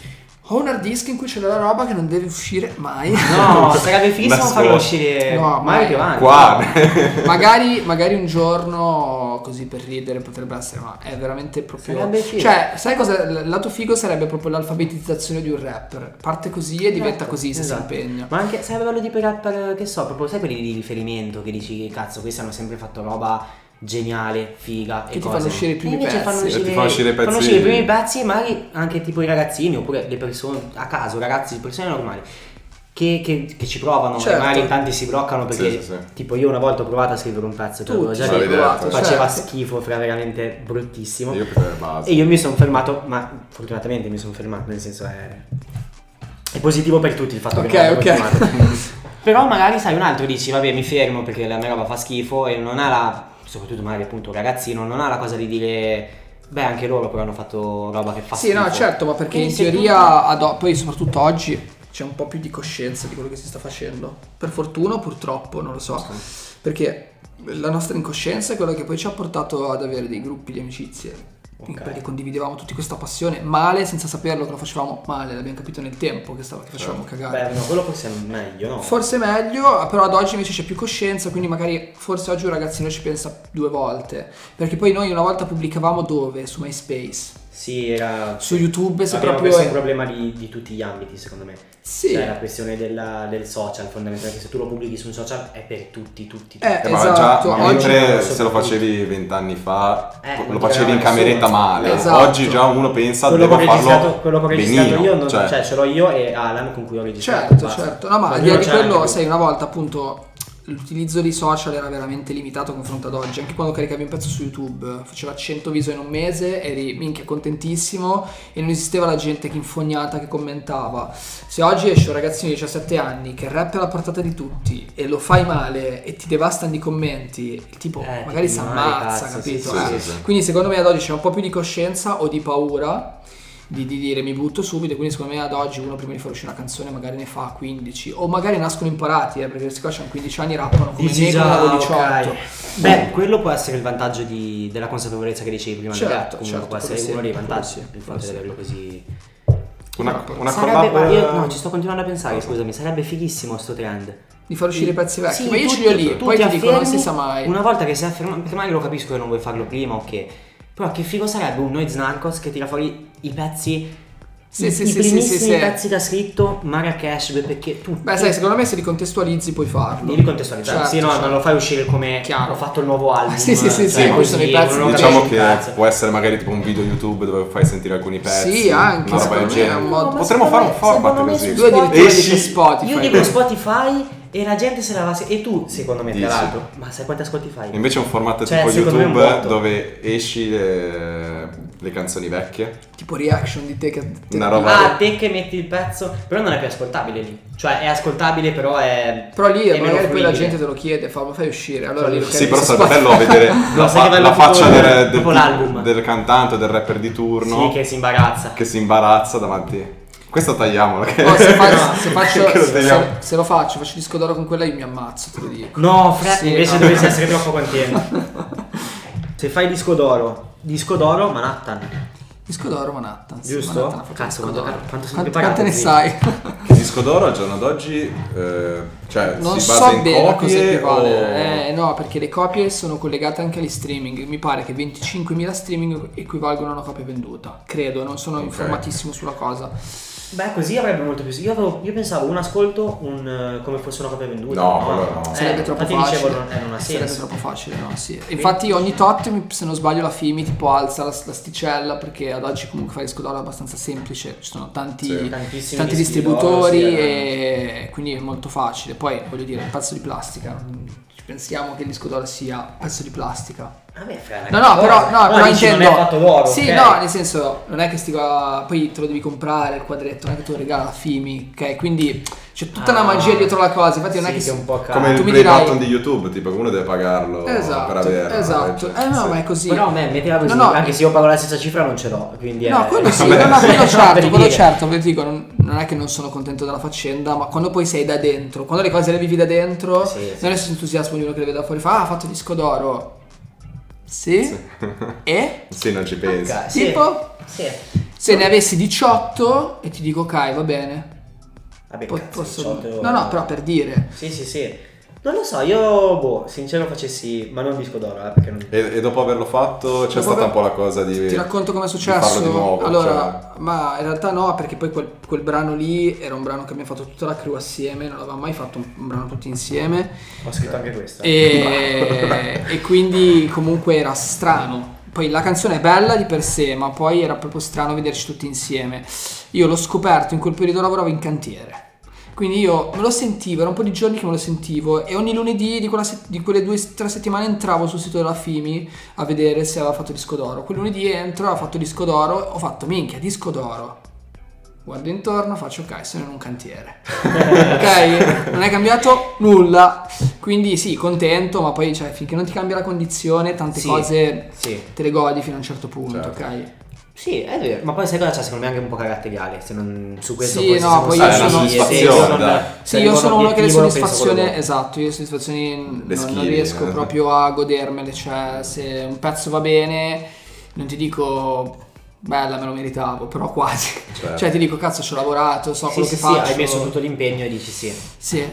B: Ho un hard disk in cui c'è della roba che non deve uscire mai.
C: No, sarebbe
A: Da
C: finissimo
A: scuola.
C: farlo uscire
B: No,
C: mai
B: mai.
C: più avanti.
A: Qua.
B: Esatto. magari, magari un giorno così per ridere potrebbe essere, ma è veramente proprio.
C: Sarebbe figo.
B: Cioè, sai cosa? Il lato figo sarebbe proprio l'alfabetizzazione di un rapper. Parte così e diventa
C: Esatto,
B: così se
C: esatto.
B: si impegna.
C: Ma anche sarebbe bello di per, per- che so, proprio sai quelli di riferimento che dici cazzo, questi hanno sempre fatto roba geniale, figa
B: Che
C: e
B: ti
C: cose.
B: fanno uscire i primi
C: E invece
B: pezzi.
C: Fanno
A: Ti
C: uscire,
A: fanno uscire i pezzi-
C: fanno uscire i primi pezzi, magari anche tipo i ragazzini oppure le persone a caso, ragazzi, persone normali. Che, che- che ci provano, e
B: Certo.
C: magari in tanti si bloccano perché
A: Sì, sì, sì.
C: tipo io una volta ho provato a scrivere un pezzo che
B: Tu
C: avevo
B: ti
C: già
A: sei
C: detto,
A: provato,
C: faceva
B: certo.
C: schifo, fra veramente bruttissimo.
A: Io preferirei base.
C: E io mi sono fermato, ma fortunatamente mi sono fermato, nel senso è... è positivo per tutti il fatto
B: Ok,
C: che mi
B: ok.
C: sono fermato. Però magari sai un altro dici, vabbè mi fermo perché la mia roba fa schifo e non ha la, soprattutto magari appunto un ragazzino, non ha la cosa di dire, beh anche loro però hanno fatto roba che fa
B: Sì,
C: schifo.
B: no, certo, ma perché
C: E
B: in
C: se
B: teoria, ad o- poi soprattutto oggi, c'è un po' più di coscienza di quello che si sta facendo. Per fortuna o purtroppo, non lo so. Perché la nostra incoscienza è quella che poi ci ha portato ad avere dei gruppi di amicizie.
C: Ok.
B: Perché condividevamo tutti questa passione male senza saperlo che lo facevamo male, l'abbiamo capito nel tempo che, stava, che facevamo
C: tu-
B: cagare.
C: Certo. Beh, no, quello forse è meglio, no?
B: Forse meglio, però ad oggi invece c'è più coscienza, quindi magari forse oggi un ragazzino ci pensa due volte. Perché poi noi una volta pubblicavamo dove? Su MySpace.
C: sì, era...
B: Su YouTube se
C: Abbiamo
B: proprio... è-
C: questo un problema di, di tutti gli ambiti, secondo me.
B: Sì.
C: Cioè la questione della- del social, fondamentalmente, che se tu lo pubblichi su un social è per tutti, tutti, tutti.
B: Eh,
A: Eh, ma
B: Esatto,
A: già, ma
B: oggi
A: mentre
C: non so
A: se lo
C: più.
A: facevi vent'anni fa,
C: Eh,
A: lo
C: non
A: facevi
C: doveva
A: in cameretta
C: nessuno.
A: male.
B: Esatto.
A: Oggi già uno pensa
C: quello che ho
A: devo
C: registrato,
A: farlo
C: quello che ho registrato
A: benino.
C: io, non-
A: cioè,
C: cioè, ce l'ho io e Alan con cui ho registrato.
B: Certo,
C: basta. Cioè,
B: certo. No, ma al
C: lui
B: di là
C: non
B: di
C: ce l'ha
B: quello,
C: neanche
B: sai, una volta appunto l'utilizzo di social era veramente limitato confronto ad oggi. Anche quando caricavi un pezzo su YouTube, faceva 100 viso in un mese, eri minchia contentissimo e non esisteva la gente che infognata che commentava. Se oggi esce un ragazzino di 17 anni che rap è alla portata di tutti e lo fai male e ti devastano i commenti, il tipo
C: Eh, ti
B: magari si
C: male,
B: ammazza,
C: cazzo,
B: capito?
A: sì, sì,
B: Eh,
A: sì, sì.
B: Quindi secondo me ad oggi c'è un po' più di coscienza o di paura di, di dire mi butto subito, quindi secondo me ad oggi uno prima di far uscire una canzone magari ne fa 15 o magari nascono imparati, eh, perché questi qua hanno 15 anni rappano
C: lui.
B: come
C: Dici
B: me
C: già,
B: quando avevo
C: ok.
B: 18.
C: Beh, quello può essere il vantaggio di- della consapevolezza che dicevi prima. del
B: Certo,
C: rap, comunque
B: certo,
C: può essere
B: quello sì,
C: uno dei
B: quello
C: vantaggi.
B: sì,
C: il
B: quello
C: fatto di
B: sì.
C: averlo così.
A: una, una
C: Sarebbe-
A: collab-
C: io- no, ci sto continuando a pensare, scusami, sarebbe fighissimo sto trend.
B: Di far uscire i pezzi vecchi, ma io
C: tu-
B: ce li ho lì,
C: tu
B: poi ti dico non si
C: affermi,
B: sa mai.
C: Una volta che si afferma, perché magari lo capisco che non vuoi farlo prima o che. Però che figo sarebbe un Noiz Narcos che tira fuori i pezzi.
B: Sì,
C: i,
B: sì,
C: i
B: sì, sì,
C: primissimi
B: sì, sì.
C: pezzi da scritto, Marrakesh, perché tu.
B: Beh sai, secondo me se li contestualizzi puoi farlo.
C: Devi contestualizzare,
B: Certo,
C: sì, no,
B: certo.
C: non lo fai uscire come
B: Chiaro.
C: ho fatto il nuovo album.
B: Sì, sì, sì,
C: cioè,
A: sì,
C: così,
B: sono i pezzi
C: non ho
A: diciamo
C: capito
A: che
C: un cazzo.
A: può essere magari tipo un video YouTube dove fai sentire alcuni pezzi.
B: Sì, anche,
A: una roba
B: secondo
A: del
B: me è
A: genere.
B: un modo- Ma
A: Potremmo fare un format così. Eh,
B: Lui addirittura
A: Esci-
B: dice Spotify.
C: Io dico Spotify e la gente se la va. se- E tu, secondo me, tra
A: Dici.
C: l'altro, ma sai quanti ascolti fai?
A: Invece un format
C: Cioè,
A: tipo
C: secondo me è un
A: YouTube
C: botto.
A: dove esci le, le canzoni vecchie.
B: Tipo reaction di te che... te-
A: Una roba-
C: Ah, te che metti il pezzo, però non è più ascoltabile lì. Cioè, è ascoltabile, però è.
B: Però lì
C: è meno
B: magari poi la
C: fruibile.
B: gente te lo chiede, fa, ma fai uscire, allora lì lo
A: Sì,
B: carichi
A: però
B: su
A: sarebbe
B: Spotify.
A: bello vedere la,
C: sai che
A: fa-
C: bello
A: la
C: tipo-
A: faccia del,
C: tipo l'album.
A: del, del cantante o del rapper di turno
C: Sì, che si imbarazza.
A: che si imbarazza davanti. Questo tagliamolo. Che...
B: No, se, fa- se
A: che
B: faccio,
A: lo
B: se,
A: tagliamo.
B: se lo faccio, faccio disco d'oro con quella, io mi ammazzo, te lo dico.
C: No, fra-
B: Sì,
C: invece
B: no.
C: dovresti essere troppo contento. Se fai disco d'oro, disco d'oro Manhattan.
B: Disco d'oro Manhattan. sì,
C: Giusto?
B: Manhattan ha fatto
C: Cazzo,
B: disco
C: quanto-
B: d'oro.
C: quanto sono
B: Quante- Quante
C: preparato,
B: ne
C: sì.
B: sai?
A: Il disco d'oro al giorno d'oggi eh, cioè,
B: non
A: si basa
B: so
A: in
B: bene a cosa
A: copie
B: equivale.
A: o...
B: Eh, no, perché le copie sono collegate anche agli streaming. Mi pare che 25.000 streaming equivalgono a una copia venduta. Credo, non sono
A: Ok.
B: informatissimo sulla cosa.
C: Beh, così avrebbe molto più. Io, avevo- io pensavo un ascolto un, eh, come fosse una copia venduta.
A: No, quello no.
C: Eh,
B: Sarebbe troppo
C: infatti
B: facile.
C: dicevo, non, eh, non ha
B: Sarebbe
C: senso.
B: troppo facile, no? Sì. Infatti, ogni tot, mi- se non sbaglio, la FIMI tipo alza la, la sticella perché ad oggi comunque fare disco d'oro è abbastanza semplice. Ci sono tanti,
A: Sì.
C: Tantissimi
B: tanti
C: dischi d'oro,
B: distributori
C: sì,
B: e quindi è molto facile. Poi, voglio dire, un pezzo di plastica. mm, ci Pensiamo che il disco d'oro sia un pezzo di plastica.
C: Vabbè, fra,
B: No, no, però, no, però
C: Eh, dici,
B: intendo.
C: non è fatto d'oro.
B: Sì,
C: ok.
B: no, nel senso, non è che sti qua. Poi te lo devi comprare il quadretto, non è che tu lo regala la Fimi, ok? Quindi c'è tutta una
C: Ah.
B: magia dietro la cosa. Infatti, non
C: Sì,
B: è che.
C: che è un po' caro.
A: Come
B: tu
A: il
B: mi
A: play
B: dirai-
A: button di YouTube, tipo che uno deve pagarlo per
B: Esatto,
A: averlo.
B: esatto.
A: cioè,
B: Eh no,
A: sì.
B: ma è così.
C: Però a me mettila così,
B: No, no.
C: anche se io pago la stessa cifra non ce l'ho, quindi
B: No,
C: è...
B: quello sì,
A: Vabbè.
B: no, no, quello
C: Per
B: certo, quello
C: dire.
B: certo, ve lo dico, non, non è che non sono contento della faccenda, ma quando poi sei da dentro, quando le cose le vivi da dentro,
C: Sì, sì.
B: non è questo entusiasmo di uno che le vede da fuori, fa, ah, ha fatto il disco d'oro. Sì? E?
A: Sì, non ci pensi.
C: Ok, sì.
B: Tipo?
C: Sì.
B: Se ne avessi 18 e ti dico ok, va bene.
C: Vabbè,
B: po-
C: cazzo,
B: posso-
C: 18
B: No, no, però per dire.
C: Sì, sì, sì. Non lo so, io, boh, sincero facessi, ma non disco d'oro, eh, perché non...
A: E, e dopo averlo fatto c'è
B: Dopo
A: stata
B: aver-
A: un po' la cosa di...
B: Ti racconto com'è
A: Di farlo
B: successo.
A: di nuovo. cioè.
B: allora, ma in realtà no, perché poi quel, quel brano lì era un brano che abbiamo fatto tutta la crew assieme, non avevamo mai fatto un, un brano tutti insieme.
C: Ho scritto anche questa.
B: E, e quindi comunque era strano. Poi la canzone è bella di per sé, ma poi era proprio strano vederci tutti insieme. Io l'ho scoperto in quel periodo lavoravo in cantiere. Quindi io me lo sentivo, era un po' di giorni che me lo sentivo e ogni lunedì di, quella set- di quelle due o tre settimane entravo sul sito della Fimi a vedere se aveva fatto disco d'oro. Quel lunedì entro, ha fatto disco d'oro, ho fatto minchia, disco d'oro. Guardo intorno, faccio ok, sono in un cantiere. ok? Non è cambiato nulla. Quindi sì, contento, ma poi cioè, finché non ti cambia la condizione, tante
C: Sì.
B: cose
C: Sì.
B: te le godi fino a un certo punto,
A: Certo.
B: ok?
C: Sì, è vero. Ma poi sai cosa c'è? Secondo me è anche un po' caratteriale. Se non su questo
B: Sì,
C: forse
B: no,
C: siamo
B: poi
C: stati
A: io sono-
C: lì, se
A: soddisfazione,
C: non-
A: dai.
B: Sì,
C: se
B: io
C: non
B: sono uno che le
C: Cioè, obiettivo, non penso quello
B: soddisfazioni,
C: che-
B: esatto, io le soddisfazioni non, non
A: schivi,
B: riesco
A: eh.
B: proprio a godermele, cioè se un pezzo va bene, non ti dico bella, me lo meritavo, però quasi.
A: Certo.
B: Cioè ti dico cazzo, ci ho lavorato, so
C: Sì,
B: quello
C: sì,
B: che
C: sì,
B: faccio.
C: hai messo tutto l'impegno e dici sì.
B: Sì,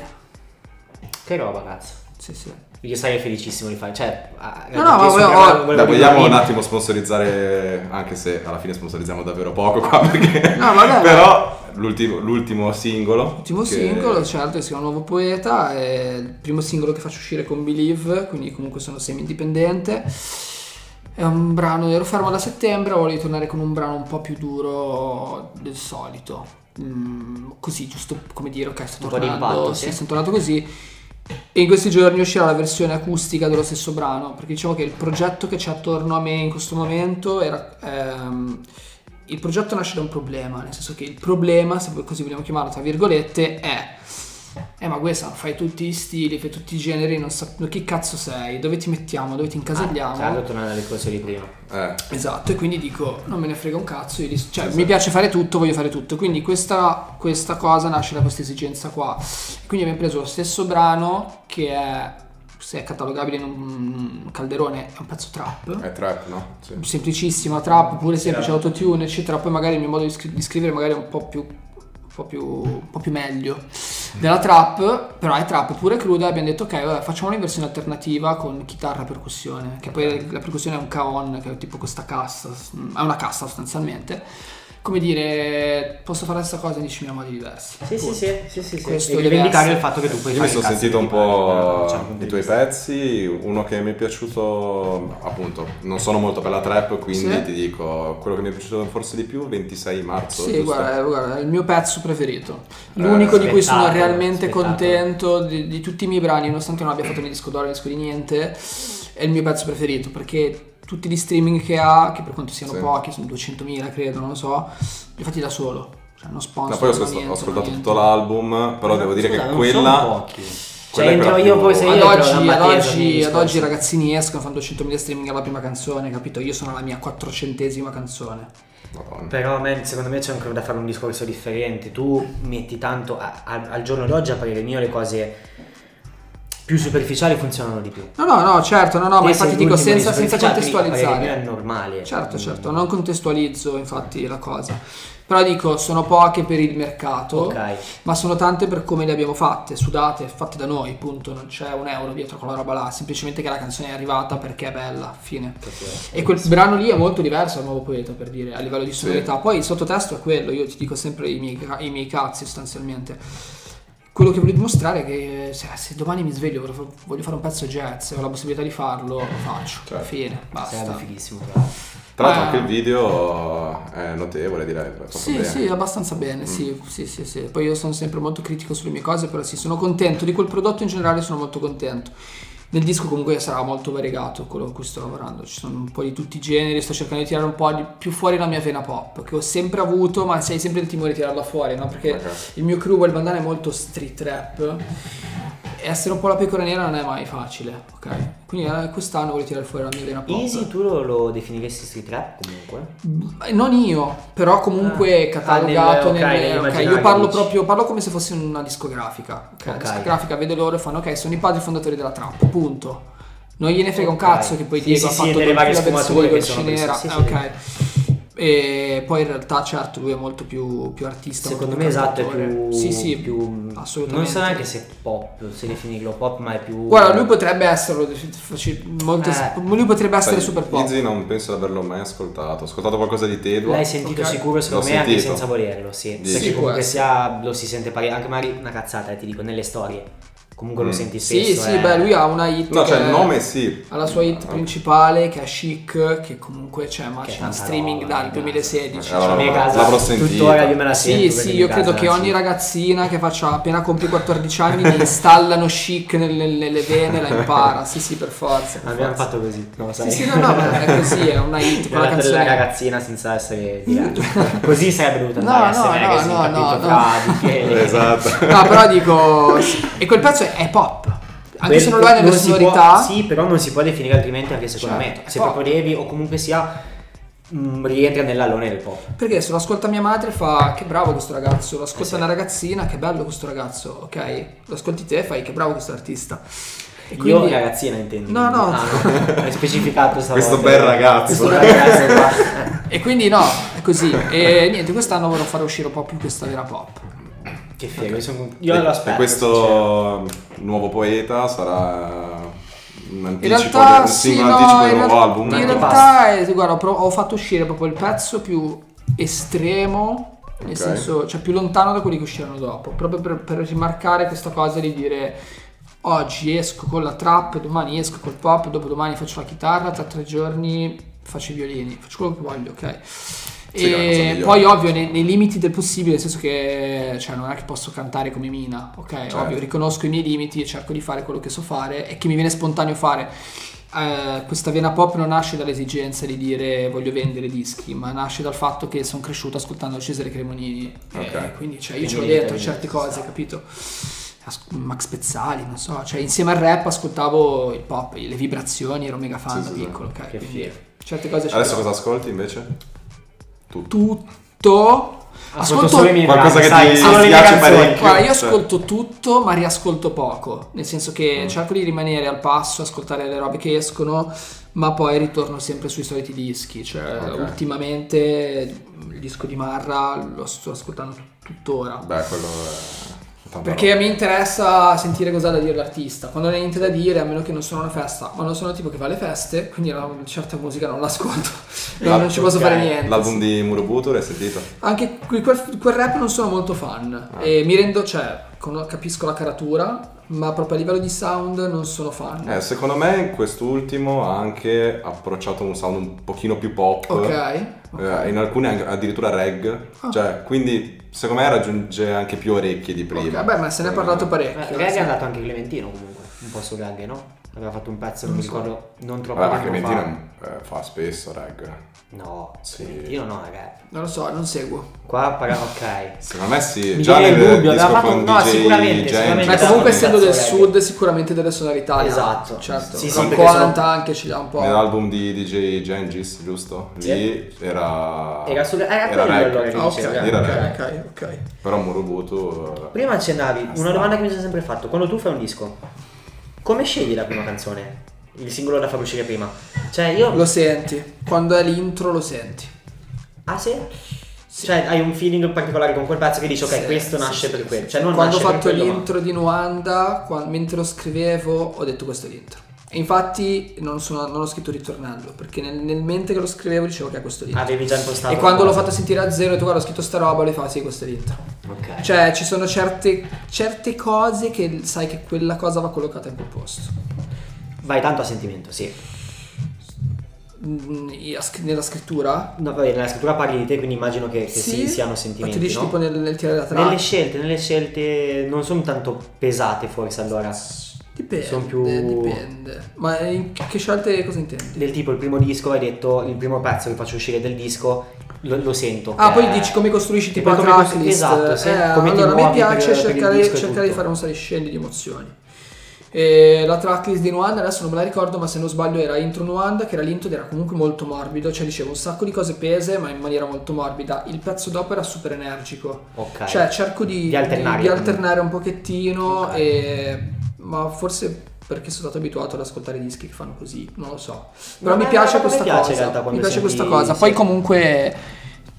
C: Che roba, cazzo.
B: sì, sì.
C: Io sarei felicissimo di fare. Cioè, ah,
B: No, no, ma
C: che
B: volevo-
C: superare-
B: oh,
A: Dai,
C: volevo
A: vogliamo
C: dire-
A: un attimo sponsorizzare, anche se alla fine sponsorizziamo davvero poco qua perché...
B: No, vabbè,
A: Però l'ultimo, l'ultimo singolo...
B: L'ultimo
A: che-
B: singolo, certo, che si chiama Nuovo Poeta, è il primo singolo che faccio uscire con Believe, quindi comunque sono semi-indipendente. È un brano, ero fermo da settembre, volevo tornare con un brano un po' più duro del solito. Mm, così, giusto come dire, ok, sto
C: Un po' di
B: tornando,
C: impatto,
B: sì,
C: sì.
B: sono tornato così. E in questi giorni uscirà la versione acustica dello stesso brano, perché diciamo che il progetto che c'è attorno a me in questo momento era... ehm, il progetto nasce da un problema, nel senso che il problema, se così vogliamo chiamarlo, tra virgolette, è... Eh ma questa fai tutti i stili, fai tutti i generi, non sa chi cazzo sei, dove ti mettiamo, dove ti
C: Ah,
B: incaselliamo.
C: Cioè, allora tornare al discorso di prima.
A: Eh,
B: Esatto, e quindi dico, non me ne frega un cazzo, io dis- cioè,
A: Esatto.
B: mi piace fare tutto, voglio fare tutto, quindi questa, questa cosa nasce da questa esigenza qua. Quindi abbiamo preso lo stesso brano che è, se è catalogabile in un calderone, è un pezzo trap,
A: è trap, no? Sì.
B: semplicissima trap, pure semplice autotune, eccetera, poi magari il mio modo di, scri- di scrivere magari è un po' più, un po' più, un po' più meglio della trap, però è trap pure cruda, abbiamo detto ok, vabbè, facciamo una versione alternativa con chitarra e percussione, che poi la percussione è un caon, che è tipo questa cassa, è una cassa sostanzialmente. Come dire, posso fare la stessa cosa in 10.000 modi diversi.
C: Sì, sì, sì, sì, sì,
B: Questo
C: sì. E
B: deve
C: rivendicare
B: essere-
C: il fatto che tu puoi
A: Io mi
C: fare
A: sono
C: il cazzo
A: sentito
C: che
A: un
C: ti pare, però non c'è
A: po'
C: alcun
A: i tuoi
C: punto di vista.
A: pezzi, uno che mi è piaciuto, appunto, non sono molto per la trap, quindi
B: Sì.
A: ti dico, quello che mi è piaciuto forse di più, 26 marzo,
B: Sì,
A: giusto? Eh,
B: guarda, guarda, è il mio pezzo preferito. L'unico di cui sono
C: spettacolo,
B: realmente
C: spettacolo.
B: contento di, di tutti i miei brani, nonostante non abbia fatto né disco d'oro né disco di niente, è il mio pezzo preferito perché tutti gli streaming che ha, che per quanto siano
A: Sì.
B: pochi, sono 200.000 credo, non lo so, li ho fatti da solo. Cioè, non sponsor.
A: No, poi ho,
B: non
A: ascolt- ho
B: niente, non
A: ascoltato
B: niente. Eh,
A: tutto l'album, però devo dire
C: Scusa,
A: che
C: non sono
A: quella...
C: pochi. Cioè,
A: quella è
C: entro
A: quella
C: io
A: più-
C: poi se
B: Ad
C: io entro
B: oggi,
C: la
B: ad
C: Matesa,
B: oggi-
C: mi
B: ad oggi i
C: discorso.
B: ragazzini escono, fanno 200.000 streaming alla prima canzone, capito? Io sono alla mia 400esima canzone.
A: Madonna.
C: Però man, secondo me c'è ancora da fare un discorso differente. Tu metti tanto a- a- al giorno d'oggi, a parere mio, le cose più superficiali funzionano di più.
B: No, no, no, certo, no, no, ma
C: Te
B: infatti
C: sei
B: dico
C: l'ultimo
B: senza,
C: di
B: senza
C: superficiali, quindi, a
B: contestualizzare.
C: parere mio è normale.
B: Certo,
C: Mm.
B: certo, non contestualizzo infatti la cosa. Però dico, sono poche per il mercato,
C: Ok.
B: ma sono tante per come le abbiamo fatte, sudate, fatte da noi, punto, non c'è un euro dietro quella roba là, semplicemente che la canzone è arrivata perché è bella, fine. E quel brano lì è molto diverso al nuovo poeta, per dire, a livello di sonorità. Poi il sottotesto è quello, io ti dico sempre i miei, ca- i miei cazzi sostanzialmente. Quello che voglio dimostrare è che se, se domani mi sveglio voglio fa- voglio fare un pezzo jazz e ho la possibilità di farlo, lo faccio.
A: Certo.
B: Fine,
C: Sarebbe
B: basta.
C: fighissimo. però.
A: Tra l'altro
B: Ah.
A: anche il video eh, è notevole, direi. è fatto
B: Sì,
A: bene.
B: sì, abbastanza bene, sì, sì, sì, sì. Poi io sono sempre molto critico sulle mie cose, però sì, sono contento di quel prodotto in generale, sono molto contento. Nel disco comunque sarà molto variegato quello a cui sto lavorando, ci sono un po' di tutti i generi, sto cercando di tirare un po' di più fuori la mia vena pop, che ho sempre avuto, ma sei sempre il timore di tirarla fuori, no? Perché
A: Ok.
B: il mio crew, il bandana è molto street rap. E essere un po' la pecora nera non è mai facile, ok? Quindi eh, quest'anno voglio tirare fuori la mia vena pop.
C: Easy, tu lo, lo definiresti street rap comunque?
B: Non io, però comunque
C: Ah,
B: catalogato
C: ah, nel- ok,
B: nel- ok,
C: nell'immaginario,
B: io parlo
C: dici.
B: proprio parlo come se fosse una discografica. ok? La
C: Ok.
B: discografica vede loro e fanno ok, sono i padri fondatori della trap, punto. Non gliene frega un
C: Ok.
B: cazzo che poi
C: Sì,
B: Diego
C: sì,
B: ha
C: sì,
B: fatto
C: delle varie
B: la versione
C: sfumature che
B: dolce
C: sono
B: nera,
C: prese, sì,
B: eh,
C: sì.
B: ok. E poi in realtà, certo, lui è molto più, più artista.
C: Secondo me
B: molto
C: esatto, è
B: cantautore.
C: più...
B: Sì, sì,
C: più...
B: assolutamente.
C: Non so neanche se pop, se definirlo pop, ma è più...
B: Guarda, lui potrebbe esserlo, faci- molte-
C: Eh.
B: lui potrebbe essere
A: Sai,
B: super pop.
A: Izzy non penso di averlo mai ascoltato. Ho ascoltato qualcosa di Tedua.
C: L'hai sentito
B: Ok.
C: sicuro secondo
A: L'ho
C: me anche
A: sentito.
C: senza volerlo, sì.
A: Sì,
C: Perché
B: sì, può
C: comunque sia lo si sente parecchio, anche magari una cazzata, eh, ti dico, nelle storie. Comunque
A: Mm.
C: lo senti
B: Sì,
C: spesso.
B: sì,
C: eh.
B: beh, lui ha una hit.
A: No,
B: che
A: cioè il
B: è-
A: nome sì.
B: Ha la sua hit
A: Ah,
B: principale che è Chic, che comunque c'è, ma
C: Che
B: c'è
C: tanta
B: in streaming
C: roba,
B: dal
C: ragazzi.
B: 2016.
A: Eh,
B: cioè-
C: Cioè, a me
A: L'avrò-
C: casa
A: l'avrò sentita.
C: Tuttora io me la sento.
B: Sì,
C: perché
B: sì,
C: mi
B: io
C: casa
B: credo che
C: la
B: ogni
C: sento.
B: ragazzina che faccia appena compie 14 anni gli installano chic nelle, nelle vene, la impara. Sì, sì, per forza. per
C: Abbiamo
B: forza.
C: fatto così. No,
B: Sì, sì, no, no, ma è così, è una hit, quella
C: Quella
B: canzone.
C: della ragazzina senza essere di radio. Così sarebbe dovuto
B: No,
C: andare
B: no,
C: a essere
B: no,
C: magazine,
B: no,
C: capito?
B: no,
C: Fra
B: no.
A: ok.
C: Michele.
A: Esatto.
B: No, però dico. sì. E quel pezzo è, è pop. Anche se non lo è nelle
C: si può-
B: sonorità.
C: sì, però non si può definire altrimenti anche secondo
B: Certo,
C: me.
B: è
C: Se
B: pop.
C: proprio devi, o comunque sia, mh, rientra nell'alone del pop.
B: Perché se lo ascolta mia madre fa che bravo questo ragazzo, lo ascolta
C: Eh sì.
B: una ragazzina, che bello questo ragazzo, ok? Lo ascolti te e fai che bravo questo artista. E
C: Io eh.
B: quindi
C: ragazzina intendo.
B: No, no.
C: Ah, Hai specificato stavolta.
A: Questo bel ragazzo.
C: Questo bel ragazzo qua.
B: E quindi no, è così. E niente, quest'anno vorrò fare uscire un po' più questa vera pop.
C: Che figo, io, sono- io lo
A: E-
C: aspetto.
A: E questo nuovo poeta sarà un
B: In
A: anticipo,
B: realtà,
A: del, un
B: sì,
A: singolo
B: no,
A: anticipo
B: in
A: del nuovo
B: realtà-
A: album. ecco.
B: In
C: Tanto
B: realtà,
C: basta.
B: eh, guarda, ho pro- ho fatto uscire proprio il pezzo più estremo, nel
A: Ok.
B: senso, cioè più lontano da quelli che usciranno dopo, proprio per, per rimarcare questa cosa di dire oggi esco con la trap, domani esco col pop, dopodomani faccio la chitarra, tra tre giorni faccio i violini, faccio quello che voglio, ok?
A: Sì, dai, non so
B: E
A: meglio.
B: poi ovvio nei, nei limiti del possibile, nel senso che cioè, non è che posso cantare come Mina, ok?
A: Certo.
B: Ovvio, riconosco i miei limiti e cerco di fare quello che so fare e che mi viene spontaneo fare. Eh, questa vena pop non nasce dall'esigenza di dire voglio vendere dischi, ma nasce dal fatto che sono cresciuto ascoltando Cesare Cremonini. E
A: Ok.
B: quindi cioè, io ci ho
C: Quindi
B: dentro
C: niente,
B: certe
C: ci
B: cose,
C: sta.
B: capito? As- Max Pezzali, non so, cioè insieme al rap ascoltavo il pop, le vibrazioni, ero mega fan
A: Sì,
B: da
A: sì, sì.
B: piccolo, ok?
C: Che
B: Quindi
C: figo.
B: certe cose ce
A: Adesso
B: l'ho
A: cosa ascolti invece? Tutto.
B: tutto.
C: Ascolto solo i miei
A: Qualcosa
C: brani,
A: che
C: sai,
A: ti
C: solo le mie
A: piace
C: canzoni.
A: parecchio.
B: Guarda, io
A: Cioè-
B: ascolto tutto, ma riascolto poco. Nel senso che
A: Mm.
B: cerco di rimanere al passo, ascoltare le robe che escono, ma poi ritorno sempre sui soliti dischi. Cioè,
A: Ok.
B: ultimamente il disco di Marra lo sto ascoltando tut- tuttora.
A: Beh, quello è... tanta
B: Perché mi interessa sentire cosa ha da dire l'artista. Quando non ha niente da dire, a meno che non sono una festa, ma non sono il tipo che fa le feste, quindi la- certa musica non l'ascolto. No, non ci posso
A: Ah, Ok.
B: fare
A: roba.
B: niente.
A: L'album di Murobuto l'hai sentito?
B: Anche qui- quel, quel rap non sono molto fan.
A: Ah.
B: E mi rendo, cioè, con- capisco la caratura, ma proprio a livello di sound non sono fan.
A: Eh, secondo me in quest'ultimo ha anche approcciato un sound un pochino più pop.
B: ok.
A: Eh, in alcune anche- addirittura reg.
B: Ah.
A: Cioè, quindi secondo me raggiunge anche più orecchie di prima.
B: Ok, beh, ma se ne è parlato parecchio.
C: Magari Eh, è andato anche Clementino comunque, un po' su Gag, no? Aveva fatto un pezzo, non mi ricordo, non troppo
A: Vabbè, ma
C: tempo
A: Clementino eh, fa spesso reg.
C: fa. No,
A: Sì.
C: Clementino no, ragazzi.
B: Non lo so, non seguo.
C: Qua parla, ok.
A: Secondo me sì.
C: Mi
A: Già
C: viene
A: nel
C: il dubbio,
A: disco
C: aveva
A: con
C: fatto- no,
A: DJ Cioè,
C: sicuramente,
A: James.
C: sicuramente.
B: Ma
C: Esatto,
B: comunque essendo del
C: esatto.
B: sud, sicuramente delle sonorità. ne ha.
C: Esatto.
B: Certo.
C: Sì,
B: Sì,
C: sì, perché
B: 40
C: sono-
B: anche ce li ha un po'.
A: Nell'album di DJ Gengis, giusto? Lì
C: Sì.
A: era.
C: Era su- era quello
A: reg.
C: allora che
B: Ah, ok,
C: diceva.
A: Era reg.
B: ok, ok, ok.
A: Però Murobuto. eh,
C: Prima accennavi, una domanda che mi sono sempre fatto, quando tu fai un disco, come scegli la prima canzone? Il singolo da far uscire prima? Cioè io...
B: Lo senti. Quando è l'intro lo senti.
C: Ah sì? Cioè hai un feeling particolare con quel pezzo che dici ok
B: Sì,
C: questo
B: sì,
C: nasce
B: sì,
C: per
B: sì,
C: quello.
B: sì.
C: Cioè non
B: quando ho
C: nasce per
B: fatto
C: quello, ma-
B: l'intro di Nuanda, qua- mentre lo scrivevo, ho detto questo è l'intro. E infatti non, sono- non ho scritto ritornello, perché nel, nel mente che lo scrivevo dicevo che è questo l'intro.
C: Avevi già impostato.
B: e quando
C: la
B: l'ho
C: cosa.
B: fatto sentire a zero, ho detto guarda, ho scritto sta roba, le fa sì, questo è l'intro.
C: Ok.
B: Cioè ci sono certe, certe cose che sai che quella cosa va collocata in quel posto.
C: Vai tanto a sentimento, sì.
B: Mm, io- Nella scrittura?
C: No, vabbè, nella scrittura parli di te, quindi immagino che, che si- siano
B: Ma tu
C: sentimenti.
B: dici
C: no?
B: tipo nel, nel tirare la traccia?
C: Nelle scelte, nelle scelte non sono tanto pesate forse allora.
B: Dipende,
C: sono più-
B: dipende. Ma in che scelte cosa intendi?
C: Del tipo il primo disco, hai detto il primo pezzo che faccio uscire del disco, lo, lo sento.
B: Ah,
C: eh,
B: poi dici come costruisci
C: e
B: tipo
C: poi
B: la
C: come costru-
B: tracklist.
C: Esatto, sì.
B: Eh,
C: come ti
B: allora, a me
C: muovi per-
B: piace
C: per il
B: cercare,
C: disco e
B: cercare di
C: tutto.
B: fare un saliscendi di emozioni. E la tracklist di Nuanda adesso non me la ricordo, ma se non sbaglio era intro Nuanda, che era l'intro ed era comunque molto morbido, cioè dicevo un sacco di cose pese, ma in maniera molto morbida. Il pezzo dopo era super energico.
C: Ok.
B: Cioè cerco di,
C: Di alternare.
B: di alternare un pochettino
C: Ok.
B: e ma forse perché sono stato abituato ad ascoltare dischi che fanno così, non lo so.
C: No,
B: Però
C: a
B: mi
C: me-
B: piace
C: a me
B: questa
C: piace in
B: cosa.
C: realtà quando
B: mi piace
C: senti-
B: questa cosa. Poi
C: sì.
B: comunque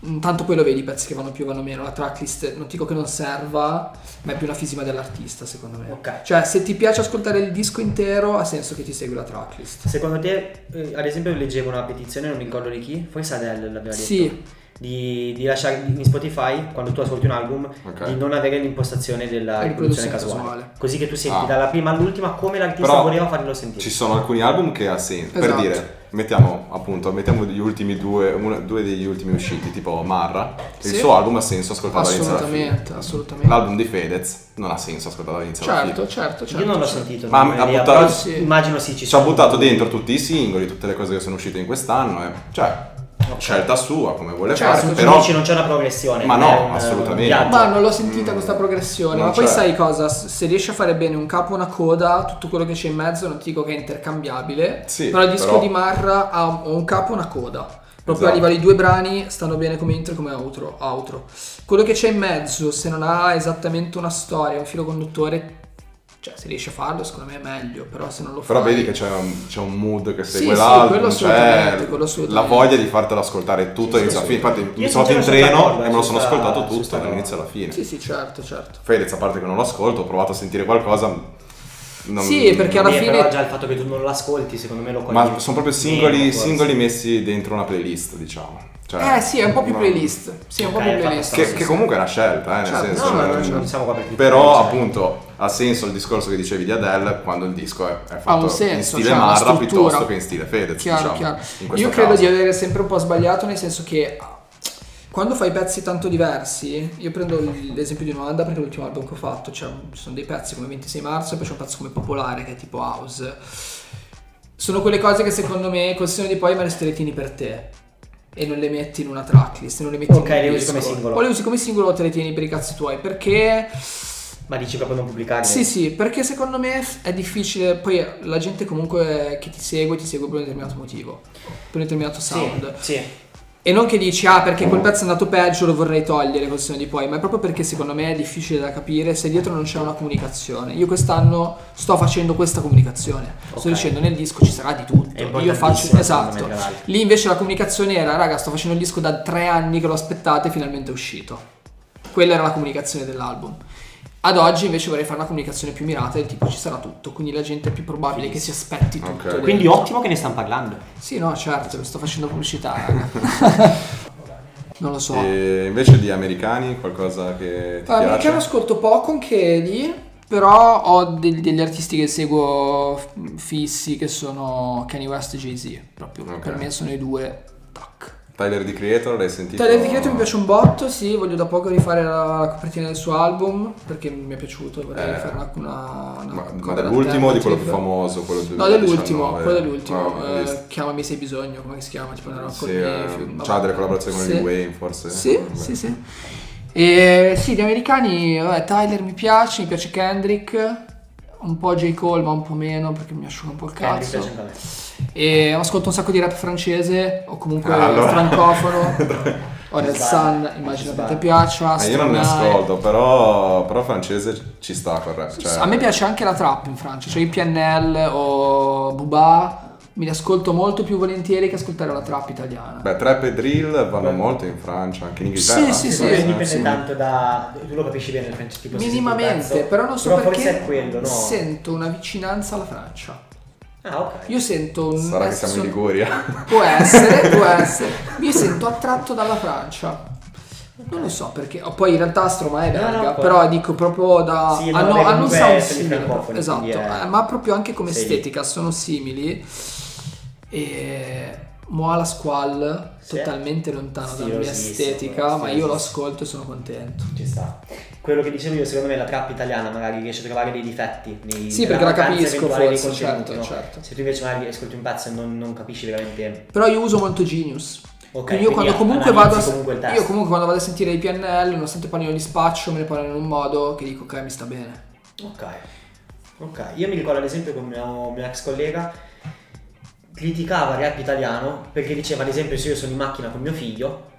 B: mh, tanto poi lo vedi i pezzi che vanno più vanno meno, la tracklist non dico che non serva, ma è più una fisima dell'artista, secondo me.
C: Ok.
B: Cioè, se ti piace ascoltare il disco intero, ha senso che ti segui la tracklist.
C: Secondo te, eh, ad esempio, leggevo una petizione, non mi ricordo di chi, poi Sadell l'aveva detto.
B: Sì.
C: Di, di lasciare in Spotify, quando tu ascolti un album,
A: Ok.
C: di non avere l'impostazione della
B: La
C: riproduzione
B: riproduzione
C: casuale.
B: casuale.
C: Così che tu senti
A: Ah.
C: dalla prima all'ultima come l'artista
A: Però
C: voleva farlo sentire.
A: Ci sono alcuni album che ha senso. Per
B: Esatto.
A: dire, mettiamo appunto, mettiamo gli ultimi due, uno- due degli ultimi usciti, tipo Marra. Il
B: Sì.
A: suo album ha senso ascoltato all'inizio alla fine.
B: Assolutamente, assolutamente.
A: L'album di Fedez non ha senso ascoltato all'inizio alla
B: Certo,
A: fine.
B: certo, certo.
C: Io non l'ho
B: certo.
C: sentito,
A: Ma
C: non ho
A: ha
C: idea,
A: buttato-
C: però
B: sì.
C: immagino sì, ci
A: Ci ha
C: sono.
A: buttato dentro tutti i singoli, tutte le cose che sono uscite in quest'anno. eh. Cioè, scelta sua, come vuole
B: Certo,
A: fare.
B: tu
A: Però,
C: dici Cioè, non c'è una progressione.
A: Ma
C: non
A: no,
C: è un, eh,
A: assolutamente.
C: viaggio.
B: Ma non l'ho sentita
A: Mm,
B: questa progressione.
A: non
B: Ma poi
A: c'è.
B: sai cosa? S- Se riesci a fare bene un capo, una coda, tutto quello che c'è in mezzo, non ti dico che è intercambiabile.
A: Sì,
B: però il disco
A: però-
B: di Marra ha un- un capo, una coda. Proprio
A: Esatto.
B: a livello di due brani stanno bene come intro e come outro, outro. Quello che c'è in mezzo, se non ha esattamente una storia, un filo conduttore, cioè se riesci a farlo, secondo me è meglio. Però se non lo
A: però
B: fai.
A: vedi che c'è un, c'è un mood che
B: Sì,
A: segue
B: sì, quello
A: l'album.
B: assolutamente,
A: c'è
B: quello
A: la
B: assolutamente.
A: voglia di fartelo ascoltare tutto
C: Sì,
A: inizio alla
C: sì,
A: fine.
C: sì.
A: Infatti,
C: Io
A: mi sono andato in
C: sincero sono
A: treno
C: d'accordo
A: e me lo sono
C: su sta-
A: ascoltato
C: su
A: tutto
C: sta
A: dall'inizio
C: cosa.
A: alla fine.
B: Sì, sì, certo, certo.
A: Fedez, a parte che non lo ascolto, ho provato a sentire qualcosa. non-
B: Sì, perché alla
C: Eh,
B: fine-
C: però già il fatto che tu non l'ascolti, secondo me lo cogli.
A: Ma sono proprio
C: meno,
A: singoli,
C: forse.
A: singoli messi dentro una playlist, diciamo. Cioè,
B: Eh sì, è un po' più
A: no.
B: playlist. Sì, è un po'
C: Ok,
B: più
C: fatto
B: playlist.
C: sta-
A: Che,
C: sì,
A: che
C: sì.
A: comunque è una scelta, eh, nel
B: Certo,
A: senso.
C: No, no, no,
A: eh,
C: non siamo qua per
A: Però
C: cioè.
A: appunto ha senso il discorso che dicevi di Adele quando il disco è, è
B: ha
A: fatto
B: un senso,
A: in stile
B: cioè, una
A: Marra
B: struttura.
A: piuttosto che in stile Fedez.
B: Chiaro,
A: diciamo,
B: chiaro.
A: in questo
B: Io credo
A: caso.
B: di avere sempre un po' sbagliato, nel senso che ah, quando fai pezzi tanto diversi, io prendo l- l'esempio di Novanda perché è l'ultimo album che ho fatto, cioè, ci sono dei pezzi come 26 marzo e poi c'è un pezzo come Popolare che è tipo House. Sono quelle cose che secondo me col senno di poi me le tieni per te e non le metti in una tracklist, non le metti
C: Ok,
B: in un
C: le usi
B: disco.
C: come singolo.
B: O le usi come singolo o te le tieni per i cazzi tuoi, perché
C: Ma dici proprio non pubblicarli?
B: sì, sì, perché secondo me è difficile. Poi la gente comunque che ti segue, ti segue per un determinato motivo, per un determinato sound.
C: Sì, sì.
B: E non che dici, ah, perché quel pezzo è andato peggio, lo vorrei togliere col senno di poi, ma è proprio perché secondo me è difficile da capire se dietro non c'è una comunicazione. Io quest'anno sto facendo questa comunicazione.
C: Ok.
B: Sto dicendo nel disco ci sarà di tutto.
C: È
B: Io faccio
C: importantissimo,
B: esatto.
C: secondo me, tra l'altro.
B: Lì invece la comunicazione era, raga, sto facendo il disco da tre anni che lo aspettate, finalmente è uscito. Quella era la comunicazione dell'album. Ad oggi invece vorrei fare una comunicazione più mirata del tipo ci sarà tutto, quindi la gente è più probabile che si aspetti tutto.
A: Ok.
B: dentro.
C: Quindi ottimo che ne stiamo parlando.
B: Sì, no, certo, sto facendo pubblicità. raga. non lo so.
A: E invece di americani, qualcosa che ti
B: Allora,
A: piace?
B: Ah, Americano ascolto poco anche lì, però ho del- degli artisti che seguo f- fissi che sono Kanye West e Jay-Z, proprio
A: Ok.
B: per me sono i due. Tac.
A: Tyler di Creator, l'hai sentito?
B: Tyler The Creator mi piace un botto, sì, voglio da poco rifare la, la copertina del suo album perché mi è piaciuto, vorrei
A: Eh,
B: rifare una, una,
A: Ma,
B: una
A: ma
B: cover
A: dell'ultimo o di quello più
B: alternative.
A: famoso? Quello del
B: No,
A: 2019?
B: dell'ultimo, quello dell'ultimo,
A: Ah, ho
B: eh,
A: visto.
B: chiamami se hai bisogno, come si chiama? Tipo una roba
A: Sì,
B: col-
A: eh,
B: film,
A: c'ha
B: vabbè.
A: delle collaborazioni con
B: Sì.
A: Lil Wayne, forse?
B: Sì,
A: Vabbè.
B: sì, sì. E, sì, gli americani, vabbè, Tyler mi piace, mi piace Kendrick, un po' J. Cole, ma un po' meno perché mi asciuga un po' il
C: Eh, mi piace
B: cazzo.
C: anche a me.
B: E ascolto un sacco di rap francese o comunque
A: Ah, allora.
B: francofono. o Red
C: Sbaglio.
B: Sun, immagino che
C: Sbaglio.
B: ti piaccia.
A: Ah, io non ne
B: Stromae.
A: ascolto, però, però francese ci sta col rap. Cioè,
B: A me piace anche la trap in Francia, cioè i PNL o Bubba, mi li ascolto molto più volentieri che ascoltare la trap italiana.
A: Beh, trap e drill vanno
C: Beh.
A: molto in Francia, anche in
B: Sì,
A: Inghilterra.
B: sì, sì.
A: forse,
C: Poi
A: eh,
C: dipende
A: sì.
C: tanto da. Tu lo capisci bene il francese, tipo se
B: Minimamente,
C: senti il pezzo.
B: però non so
C: Però
B: perché
C: forse è quello, no?
B: sento una vicinanza alla Francia.
C: Ah, ok.
B: Io sento un
A: Sarà che
B: adesso
A: siamo in
B: sono-
A: Liguria.
B: Può essere, può essere. Io sento attratto dalla Francia. Non lo so perché, oh, poi in realtà Stromae è
C: No, no,
B: belga,
C: poi-
B: però dico proprio da... ah,
C: Sì, no,
B: hanno,
C: vabbè,
B: hanno un
C: comunque
B: sound
C: sono i
B: simile,
C: francofoni,
B: esatto,
C: quindi è-
B: eh, ma proprio anche come
C: Sì.
B: estetica sono simili. E Moala Squall,
C: Sì.
B: totalmente lontano dalla mia
C: Stilosissimo,
B: estetica, ma io
C: stilosissimo.
B: lo ascolto e sono contento.
C: Ci sta. Quello che dicevo io, secondo me la trap italiana magari riesce a trovare dei difetti. Nei,
B: Sì, perché la
C: nella vacanza
B: capisco
C: eventuale dei
B: forse,
C: contenuti,
B: certo, certo.
C: Se tu invece magari ascolti un pezzo e non, non capisci veramente.
B: Però io uso molto Genius.
C: Ok,
B: quindi io
C: quindi
B: quando comunque
C: analizzi
B: vado a,
C: comunque il testo.
B: io comunque quando vado a sentire i PNL, nonostante parlino di spaccio, me ne parlano in un modo che dico ok, mi sta bene.
C: Ok. Ok. Io mi ricordo ad esempio che un mio, mio ex collega criticava il rap italiano perché diceva ad esempio se io sono in macchina con mio figlio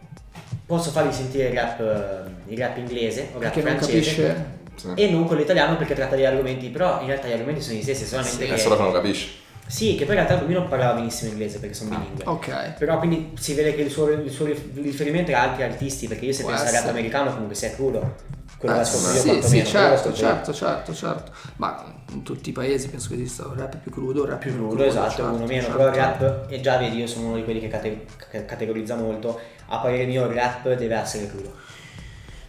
C: posso fargli sentire il rap, eh, il rap inglese o il rap
B: Perché non
C: francese
B: capisce.
A: Sì.
C: e non con l'italiano perché tratta di argomenti, però in realtà gli argomenti sono gli stessi, solamente
B: Sì.
A: È
C: che...
A: Eh, solo che non lo capisci.
C: Sì, che poi in realtà lui non parlava benissimo inglese perché sono bilingue.
B: Ah, Ok.
C: Però quindi si vede che il suo, il suo rif- riferimento era altri artisti, perché io se
B: Può
C: penso al rap
B: essere.
C: americano comunque sia crudo, quello
B: Eh,
C: la scoprire
B: sì,
C: quantomeno,
B: sì,
C: quello l'ho
B: certo,
C: scoperto io.
B: certo, certo, certo. Ma in tutti i paesi penso che esista un rap più crudo, un rap
C: più
B: meno
C: nudo, esatto,
B: certo,
C: uno meno,
B: certo.
C: però il rap, e già vedi, io sono uno di quelli che cate- che categorizza molto, a parere mio il rap deve essere crudo.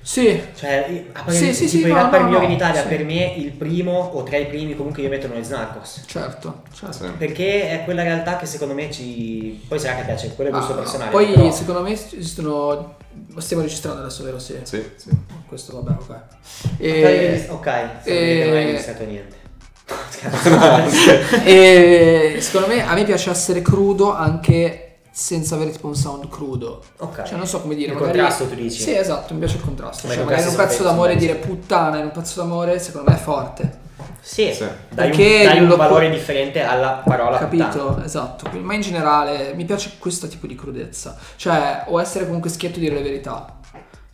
B: Sì,
C: Cioè, i- a parere
B: Sì,
C: mio,
B: sì,
C: tipo
B: sì,
C: i
B: no,
C: rapper
B: no,
C: migliori
B: no,
C: in Italia,
B: sì.
C: per me il primo o tra i primi comunque io metto Noise Narcos.
B: certo, certo.
A: Sì.
C: Perché è quella realtà che secondo me ci... Poi sarà che piace, quello è gusto
B: Ah,
C: personale.
B: Poi
C: però-
B: secondo me esistono... Stiamo registrando adesso, vero? Sì.
A: Sì, sì.
B: Questo vabbè, ok.
C: Ok,
B: E,
C: ok, sì,
B: eh,
C: non hai registrato niente. Scherzo.
B: e secondo me a me piace essere crudo anche senza avere tipo un sound crudo.
C: Ok.
B: Cioè non so come dire,
C: Il
B: magari...
C: contrasto, tu dici?
B: Sì, esatto, mi piace il contrasto.
C: Ma i
B: Cioè, magari in un
C: contrasti
B: pezzo
C: sono
B: d'amore
C: belli,
B: dire puttana in un pezzo d'amore secondo me è forte.
C: Sì,
A: Sì.
C: dai, un,
B: Perché
C: dai un
B: lo-
C: valore differente alla parola
B: Capito?
C: puttana.
B: Esatto. Ma in generale mi piace questo tipo di crudezza. Cioè, o essere comunque schietto e dire la verità.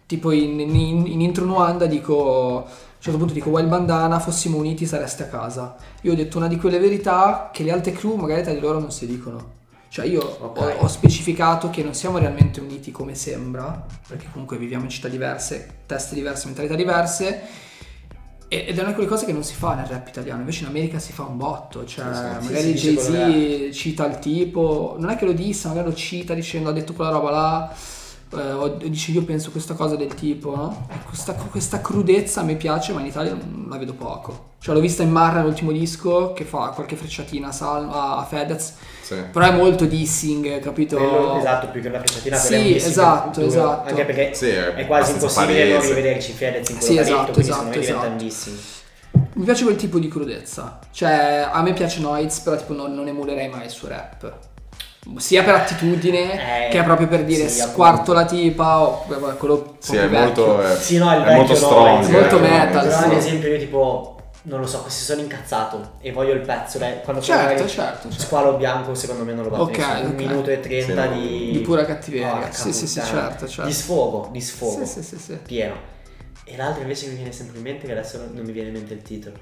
B: Tipo in, in- in intro Nuanda dico... A un certo punto dico, wild bandana, fossimo uniti sareste a casa. Io ho detto una di quelle verità che le altre crew magari tra di loro non si dicono. Cioè io ho-
C: Ok.
B: ho, specificato che non siamo realmente uniti come sembra, perché comunque viviamo in città diverse, teste diverse, mentalità diverse, e- ed è una di quelle cose che non si fa nel rap italiano, invece in America si fa un botto, cioè
A: Sì, sì.
C: Sì,
B: magari
C: si dice
B: Jay-Z cita il tipo, non è che lo dissa, magari lo cita dicendo ha detto quella roba là, eh, o dice io penso questa cosa del tipo, no? E Questa, questa crudezza a me piace, ma in Italia non la vedo poco. Cioè l'ho vista in Marra l'ultimo disco che fa qualche frecciatina a, Sal- a a Fedez,
A: sì.
B: però è molto dissing, capito?
C: Quello, esatto, più che una frecciatina
B: Sì,
C: quella è un dissing
B: esatto,
C: duro,
B: esatto.
C: Anche perché
A: Sì, è
C: è quasi
A: abbastanza
C: impossibile non
A: palese.
C: rivederci Fedez in
B: Sì,
C: quello
B: esatto,
C: paletto, quindi secondo me
B: esatto,
C: diventa un
B: esatto.
C: dissing.
B: Mi piace quel tipo di crudezza. Cioè, a me piace Noiz, però tipo non, non emulerei mai il suo rap. Sia per attitudine,
C: Eh,
B: che proprio per dire
C: sì,
B: squarto la tipa, o eh, quello un po'
A: Sì,
B: più
A: è
B: vecchio.
A: molto, eh, è,
C: Sì, no, il
A: è molto
C: vecchio
A: strong.
C: Noise.
A: eh,
B: Molto
A: no,
B: metal,
C: Però
A: molto
B: sì.
C: ad
A: strong.
C: esempio io tipo, non lo so, se sono incazzato e voglio il pezzo, dai, quando
B: Certo,
C: magari
B: certo, certo.
C: squalo bianco secondo me non lo batte
B: Ok,
C: nessuno. Un
B: ok.
C: minuto e trenta
A: Sì, no,
C: di...
B: di pura cattiveria.
C: Porca
B: Sì, sì, sì,
C: puttana.
B: certo, certo.
C: Di sfogo, di sfogo.
B: Sì, sì, sì, sì.
C: pieno. E l'altro invece che mi viene sempre in mente, che adesso non mi viene in mente il titolo.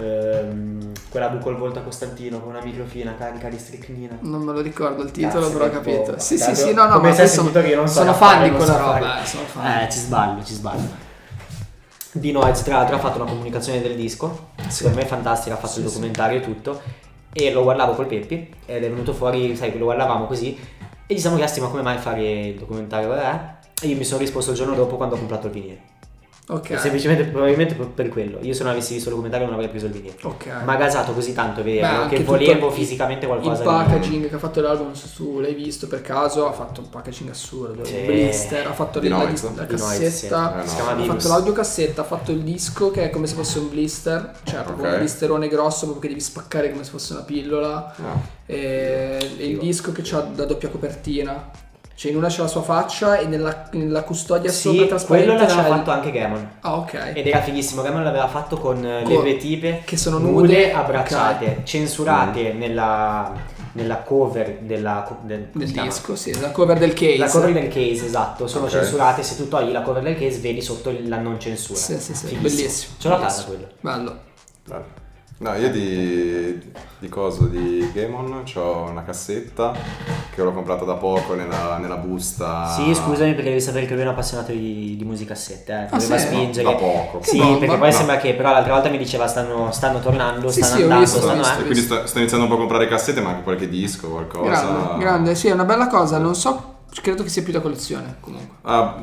C: Ehm, quella buco al volto a Costantino con una microfina carica di stricnina.
B: Non me lo ricordo il titolo,
C: Cazzo,
B: però ho
C: che
B: capito.
C: bomba.
B: Sì, sì,
C: Tanto,
B: sì, no, no, ma
C: come se
B: poi
C: hai
B: sono,
C: sentito che io non so
B: sono
C: rappare,
B: fan di
C: non
B: quella
C: so
B: roba,
C: fare.
B: eh, sono fan.
C: Eh, ci sbaglio, ci sbaglio. Di Noiz, tra l'altro, ha fatto una comunicazione del disco. Secondo me è fantastica, ha fatto il documentario e tutto. E lo guardavo col Peppi ed è venuto fuori, sai, lo guardavamo così. E diciamo ci siamo chiesti, ma come mai fare il documentario? eh? E io mi sono risposto il giorno dopo quando ho comprato il vinile.
B: Ok.
C: Semplicemente, probabilmente per- per quello. Io se non avessi visto il documentario non avrei preso il vinile.
B: Ok.
C: Ma gasato così tanto a
B: Beh,
C: vederlo
B: anche
C: che
B: tutto
C: volevo
B: il-
C: fisicamente
B: Il
C: qualcosa di...
B: packaging che ha fatto l'album, non so se tu l'hai visto per caso, ha fatto un packaging assurdo.
C: Sì.
B: Il blister, ha fatto
A: Di
B: la,
A: Noiz.
B: la
C: Di Noiz,
B: cassetta.
A: sì. Eh, no.
C: Si chiama
A: Ha
B: Ha
C: Virus.
B: fatto l'audiocassetta, ha fatto il disco che è come se fosse un blister, cioè proprio
A: Ok.
B: un blisterone grosso proprio che devi spaccare come se fosse una pillola.
A: Ah,
B: E e il disco che ha la doppia copertina, cioè in una c'è la sua faccia e nella, nella custodia sopra
C: Sì,
B: trasparente cioè
C: quello l'aveva
B: c'è il-
C: fatto anche Gammon.
B: Ah ok,
C: Ed era fighissimo, Gammon l'aveva fatto con eh, le
B: Con-
C: due tipe
B: che sono
C: nude,
B: nude,
C: abbracciate, censurate
A: Mm.
C: nella, nella cover della, co- del, come
B: del
C: si chiama?
B: disco, sì, la cover del case.
C: La cover del case, esatto, sono
A: Ok.
C: censurate, se tu togli la cover del case vedi sotto il- la non censura.
B: Sì, sì, sì,
C: Fighissimo.
B: bellissimo.
C: Ce l'ho a casa
B: bellissimo.
C: quello.
B: Bello.
A: bello. No, io di, di coso di Gamon ho una cassetta che l'ho comprata da poco nella, nella
B: Ah.
A: busta.
C: Sì, scusami perché devi sapere che lui è un appassionato di, di musicassette, eh. Doveva
B: Ah, sì?
C: spingere.
A: Da poco.
B: Che
C: Sì,
B: bomba.
C: perché poi
A: No.
C: sembra che però l'altra volta mi diceva stanno, stanno tornando,
B: Sì,
C: stanno
B: sì, ho
C: andando,
B: visto, ho
C: stanno
B: visto.
A: E
C: eh.
A: quindi sto, sto iniziando un po' a comprare cassette, ma anche qualche disco, qualcosa.
B: Grande, grande, sì, è una bella cosa, non so, credo che sia più da collezione comunque.
A: Ah,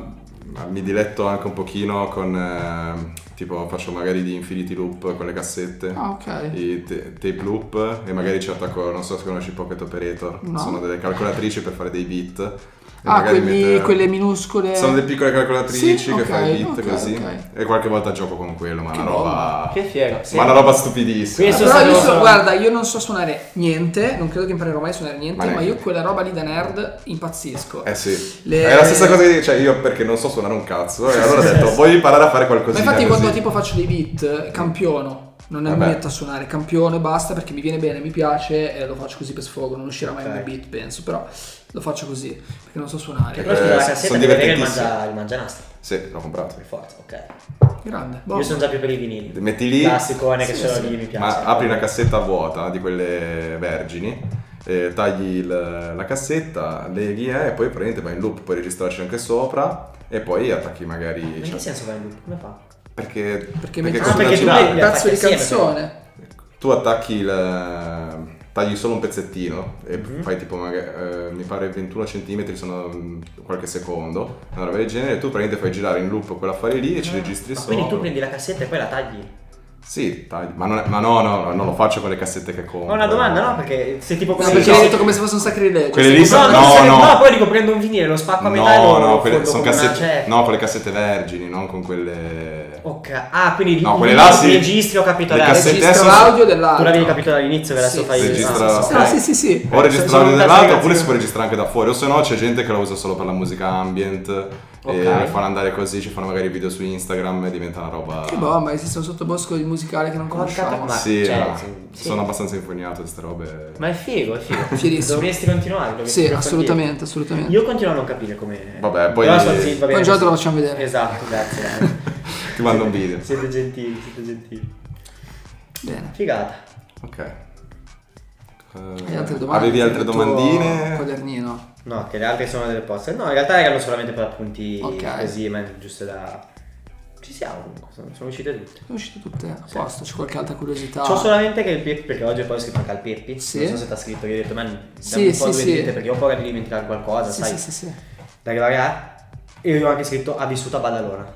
A: ma mi diletto anche un pochino con eh, tipo faccio magari di infinity loop con le cassette.
B: Ah, ok.
A: I te- tape loop e magari ci attacco, non so se conosci Pocket Operator,
B: No.
A: sono delle calcolatrici per fare dei bit. e
B: Ah,
A: magari
B: quelli-
A: mettere-
B: quelle minuscole.
A: Sono delle piccole calcolatrici
B: Sì?
A: che
B: Ok,
A: fai i bit
B: ok,
A: così.
B: ok.
A: E qualche volta gioco con quello, ma
B: Che
A: una
B: bomba.
A: roba.
C: Che fiero.
A: Ma una roba stupidissima.
C: Questo
B: Però
C: sono-
B: io so-
C: sono-
B: guarda, io non so suonare niente, non credo che imparerò mai a suonare niente,
A: Ma
B: ma,
A: neanche.
B: io quella roba lì da nerd impazzisco.
A: Eh sì.
B: Le-
A: È la stessa cosa che cioè io perché non so suonare un cazzo. E allora ho detto, voglio imparare a fare
B: ma
A: qualcosina
B: infatti
A: così.
B: quando tipo faccio dei beat, campiono. Non è
A: Vabbè.
B: mi metto a suonare campione, basta perché mi viene bene, mi piace e lo faccio così per sfogo. Non uscirà mai
C: Ok.
B: un beat, penso, però lo faccio così perché non so suonare.
A: Ecco.
C: Però scusa, la
A: sono
C: cassetta deve avere il,
A: divertentissimi.
C: mangia, il mangianastro,
A: Sì, l'ho comprato.
C: per forza, ok.
B: Grande. Boh.
C: Io sono già più per i vinili.
A: Metti lì,
C: Classicone che
B: Sì,
C: solo
B: sì.
C: lì mi piace.
A: ma apri una cassetta vuota di quelle vergini, eh, tagli il- la cassetta, leghi eh, e poi prendi, vai in loop, puoi registrarci anche sopra e poi attacchi magari...
C: Ma in
A: cioè,
C: che senso va in loop? Come fa?
A: perché... perché
B: Perché, metti
A: così
C: Ah, perché
A: non
C: tu
A: girare.
C: vedi-
B: un pezzo di
C: attacchi assieme,
B: canzone.
A: Tu attacchi il. tagli solo un pezzettino e
C: Mhm.
A: fai tipo, magari, eh, mi pare 21 cm sono mm, qualche secondo, una roba del genere. Tu prendi e fai girare in loop quell'affare lì e ci registri
C: Ma
A: solo.
C: Ah. quindi tu prendi la cassetta e poi la tagli?
A: Sì, tagli. Ma, non è- ma no, no, no, non lo faccio con le cassette che compro.
C: Ho una domanda, no? Perché se tipo
B: No,
A: Sì,
C: come...
B: perché
A: no.
B: hai detto come se fosse un Cioè, sacrilegio.
A: Quelle
B: Sì,
A: lì
B: ma-
A: sono-
C: No, no,
A: No,
C: no,
A: no.
C: poi dico prendo un vinile, lo spacco a metà e
A: No,
C: lo
A: no,
C: fondo
A: quelle, sono
C: con una
A: cassette.
C: cef-
A: No, con le cassette vergini, non con quelle.
C: Ok, ah, quindi
A: No,
C: il-
A: quelle là
C: il
A: sì.
C: registri, ho capito
A: Le
C: adesso.
A: cassette
B: Registro
A: adesso-
B: l'audio
C: Tu
B: dell'altro.
C: l'avevi capito dall'inizio che adesso
B: Sì,
C: fai...
A: Registra-
C: ah, sì, sì,
B: Ah,
A: ok.
B: sì, sì, sì.
A: O
C: Sono
A: registrarlo
C: un
A: dall'altro
C: pezzo,
A: oppure si può
C: ragazzi.
A: registrare anche da fuori, o se no c'è gente che la usa solo per la musica ambient
C: Ok.
A: e la fanno andare così, ci fanno magari video su Instagram e diventa una roba.
B: Che boh, ma esiste un sottobosco di musicale che non
C: Porca
B: conosciamo.
C: Ma-
A: sì,
C: cioè,
A: no,
C: sì, sì.
A: sono abbastanza infognato di queste robe.
C: sì. Ma è figo, è figo.
B: Fierissimo.
C: Dovresti continuare. dovresti
B: Sì,
C: approfondire.
B: assolutamente, assolutamente.
C: Io continuo a non capire come...
A: Vabbè, poi-
C: Però sono zitto, va bene
B: Poi un giorno te lo
C: così.
B: facciamo vedere.
C: Esatto, grazie.
A: Ti mando un video.
C: Siete gentili, siete gentili.
B: Bene.
C: Figata.
A: Ok.
B: E
A: Eh,
B: altre domande?
A: Avevi altre
B: Il tuo
A: domandine?
B: Quadernino.
C: No, che le altre sono delle poste. No, in realtà erano solamente per appunti
B: Ok.
C: così, ma giusto da... Ci siamo comunque, sono, sono uscite tutte.
B: Sono uscite tutte a
C: Sì.
B: posto, c'è qualche altra curiosità?
C: C'ho solamente che il Peppi, perché oggi poi ho scritto anche al Peppi.
B: Ah. Sì.
C: Non so se t'ha scritto, gli ho detto, ma dammi
B: Sì,
C: un po'
B: sì,
C: due
B: sì.
C: dite perché ho paura di dimenticare qualcosa,
B: Sì,
C: sai.
B: sì, sì, sì.
C: Da arrivare a... E io ho anche scritto, ha vissuto a Badalona.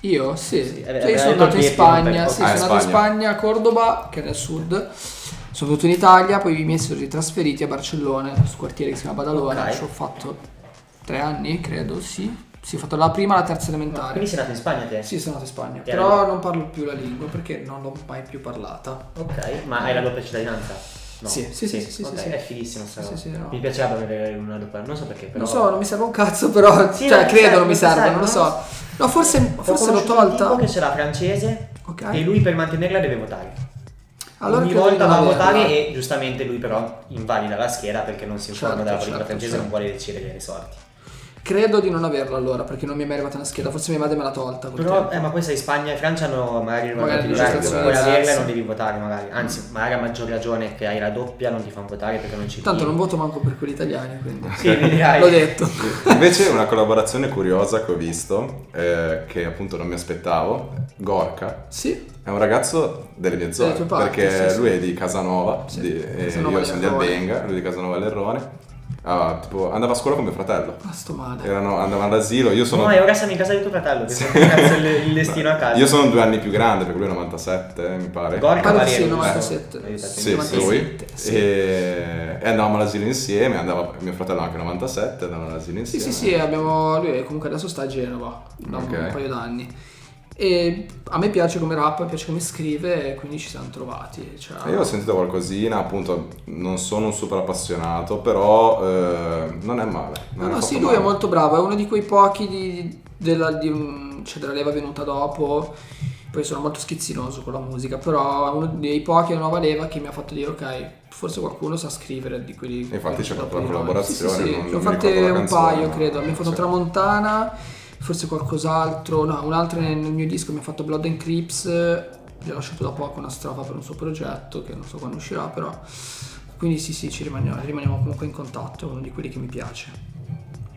B: Io? Sì.
C: Sì, eh,
B: Cioè,
C: eh,
B: io sono andato
C: hai
B: in
C: detto che-
B: Spagna, sì,
A: Ah, in
B: sono andato
A: Spagna.
B: in Spagna, a Cordoba, che è nel sud. Sono venuto in Italia, poi mi sono ritrasferiti a Barcellona, questo quartiere che si chiama Badalona.
C: Ok.
B: Ci ho fatto tre anni, credo, sì. Sì, ho fatto la prima e la terza
C: Ma
B: elementare.
C: quindi sei nato in Spagna te?
B: Ah. Sì, sono andato in Spagna,
C: E
B: però
C: allora?
B: non parlo più la lingua perché non l'ho mai più parlata.
C: Ok, ma hai la doppia cittadinanza? No.
B: Sì, sì, sì, sì, sì,
C: ok,
B: sì, sì.
C: è fighissimo sta
B: Sì,
C: cosa.
B: sì, sì, no.
C: Mi piaceva avere una doppia, non so perché, però...
B: Non so, non mi serve un cazzo, però
C: Sì,
B: cioè,
C: non
B: credo
C: ti serve,
B: non mi
C: non ti
B: serve,
C: serve,
B: non lo
C: no?
B: so. No, forse,
C: Ho
B: forse l'ho
C: conosciuto un tipo
B: tolta.
C: che ce l'ha francese
B: Ok.
C: e lui per mantenerla deve votare.
B: Allora
C: Ogni
B: credo di
C: volta
B: non
C: va a
B: averla.
C: votare e giustamente lui però invalida la scheda perché non si informa
B: Certo,
C: della politica
B: certo,
C: francese
B: certo.
C: e non vuole decidere le sorti.
B: Credo di non averla allora perché non mi è mai arrivata una scheda, forse mia madre me l'ha tolta. col
C: Però,
B: tempo.
C: eh, ma questa in Spagna e Francia hanno magari il
B: Magari
C: voto
A: le
C: diverso,
A: legislazioni
C: vuoi averla e
B: diverse.
C: non devi votare magari, anzi magari a maggior ragione che hai la doppia non ti fanno votare perché non ci
B: Tanto non voto manco per quelli italiani, quindi
C: Sì, mi dirai.
B: l'ho detto.
A: Invece una collaborazione curiosa che ho visto, eh, che appunto non mi aspettavo, Gorka.
B: Sì,
A: È un ragazzo delle mie zone,
B: Delle tue parti,
A: perché
B: sì, sì.
A: lui è di Casanova,
B: Sì,
A: di- e
B: Casanova
A: io sono di
B: Lerrone.
A: Albenga, lui di Casanova Lerrone. Ah, tipo, andava a scuola con mio fratello.
B: ah, sto male.
A: Erano- andavano all'asilo, io sono...
C: No, e ora siamo in casa di tuo fratello, che sono cazzo il, il destino a casa.
A: Io sono due anni più grande, perché lui è 97, mi pare.
C: Gorka
B: Pare sì,
C: Valero,
B: 97.
C: giusto?
A: eh, Sì, sì,
B: 97,
A: lui. Eh,
B: sì.
A: E... e andavamo all'asilo insieme, andava mio fratello anche 97, andavamo all'asilo
B: Sì,
A: insieme.
B: sì, sì, abbiamo, lui comunque adesso sta a Genova da un-
A: Ok.
B: un paio d'anni. E a me piace come rap, piace come scrive, e quindi ci siamo trovati. Cioè,
A: E Io ho sentito qualcosina, appunto, non sono un super appassionato, però eh, non è male.
B: No,
A: non
B: no,
A: fatto
B: sì, lui
A: male.
B: è molto bravo, è uno di quei pochi di- della, di un- cioè, della leva venuta dopo. Poi sono molto schizzinoso con la musica, però è uno dei pochi della nuova leva che mi ha fatto dire, ok, forse qualcuno sa scrivere di quelli...
A: Infatti c'è
B: dopo
A: proprio
B: di
A: la
B: noi."
A: collaborazione,
B: Sì, sì, sì.
A: non-
B: ne ho
A: non mi
B: fatte
A: ricordo la
B: un
A: canzone,
B: paio,
A: ma-
B: credo. Mi ha fatto
A: sì.
B: Tramontana, forse qualcos'altro, no, un altro nel nel mio disco mi ha fatto Blood and Crips, gli ho lasciato da poco una strofa per un suo progetto, che non so quando uscirà, però... Quindi sì, sì, ci rimaniamo, rimaniamo comunque in contatto, è uno di quelli che mi piace.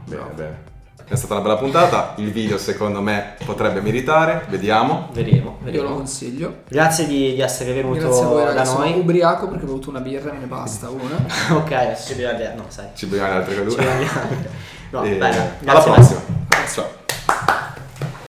A: Bene, bene. È stata una bella puntata, il video secondo me potrebbe meritare, vediamo.
C: Vedremo,
B: Io lo
C: vedremo.
B: consiglio.
C: Grazie di, di essere venuto
B: Grazie a voi
C: da
B: ragazzi, sono
C: noi.
B: ubriaco perché ho bevuto una birra e me ne basta una.
C: ok, adesso ci dobbiamo... No, sai.
A: Ci vediamo in altre
C: Ci
A: due.
C: vediamo. No,
A: E
C: bella.
A: Eh, Alla
C: Grazie,
A: prossima. Ciao.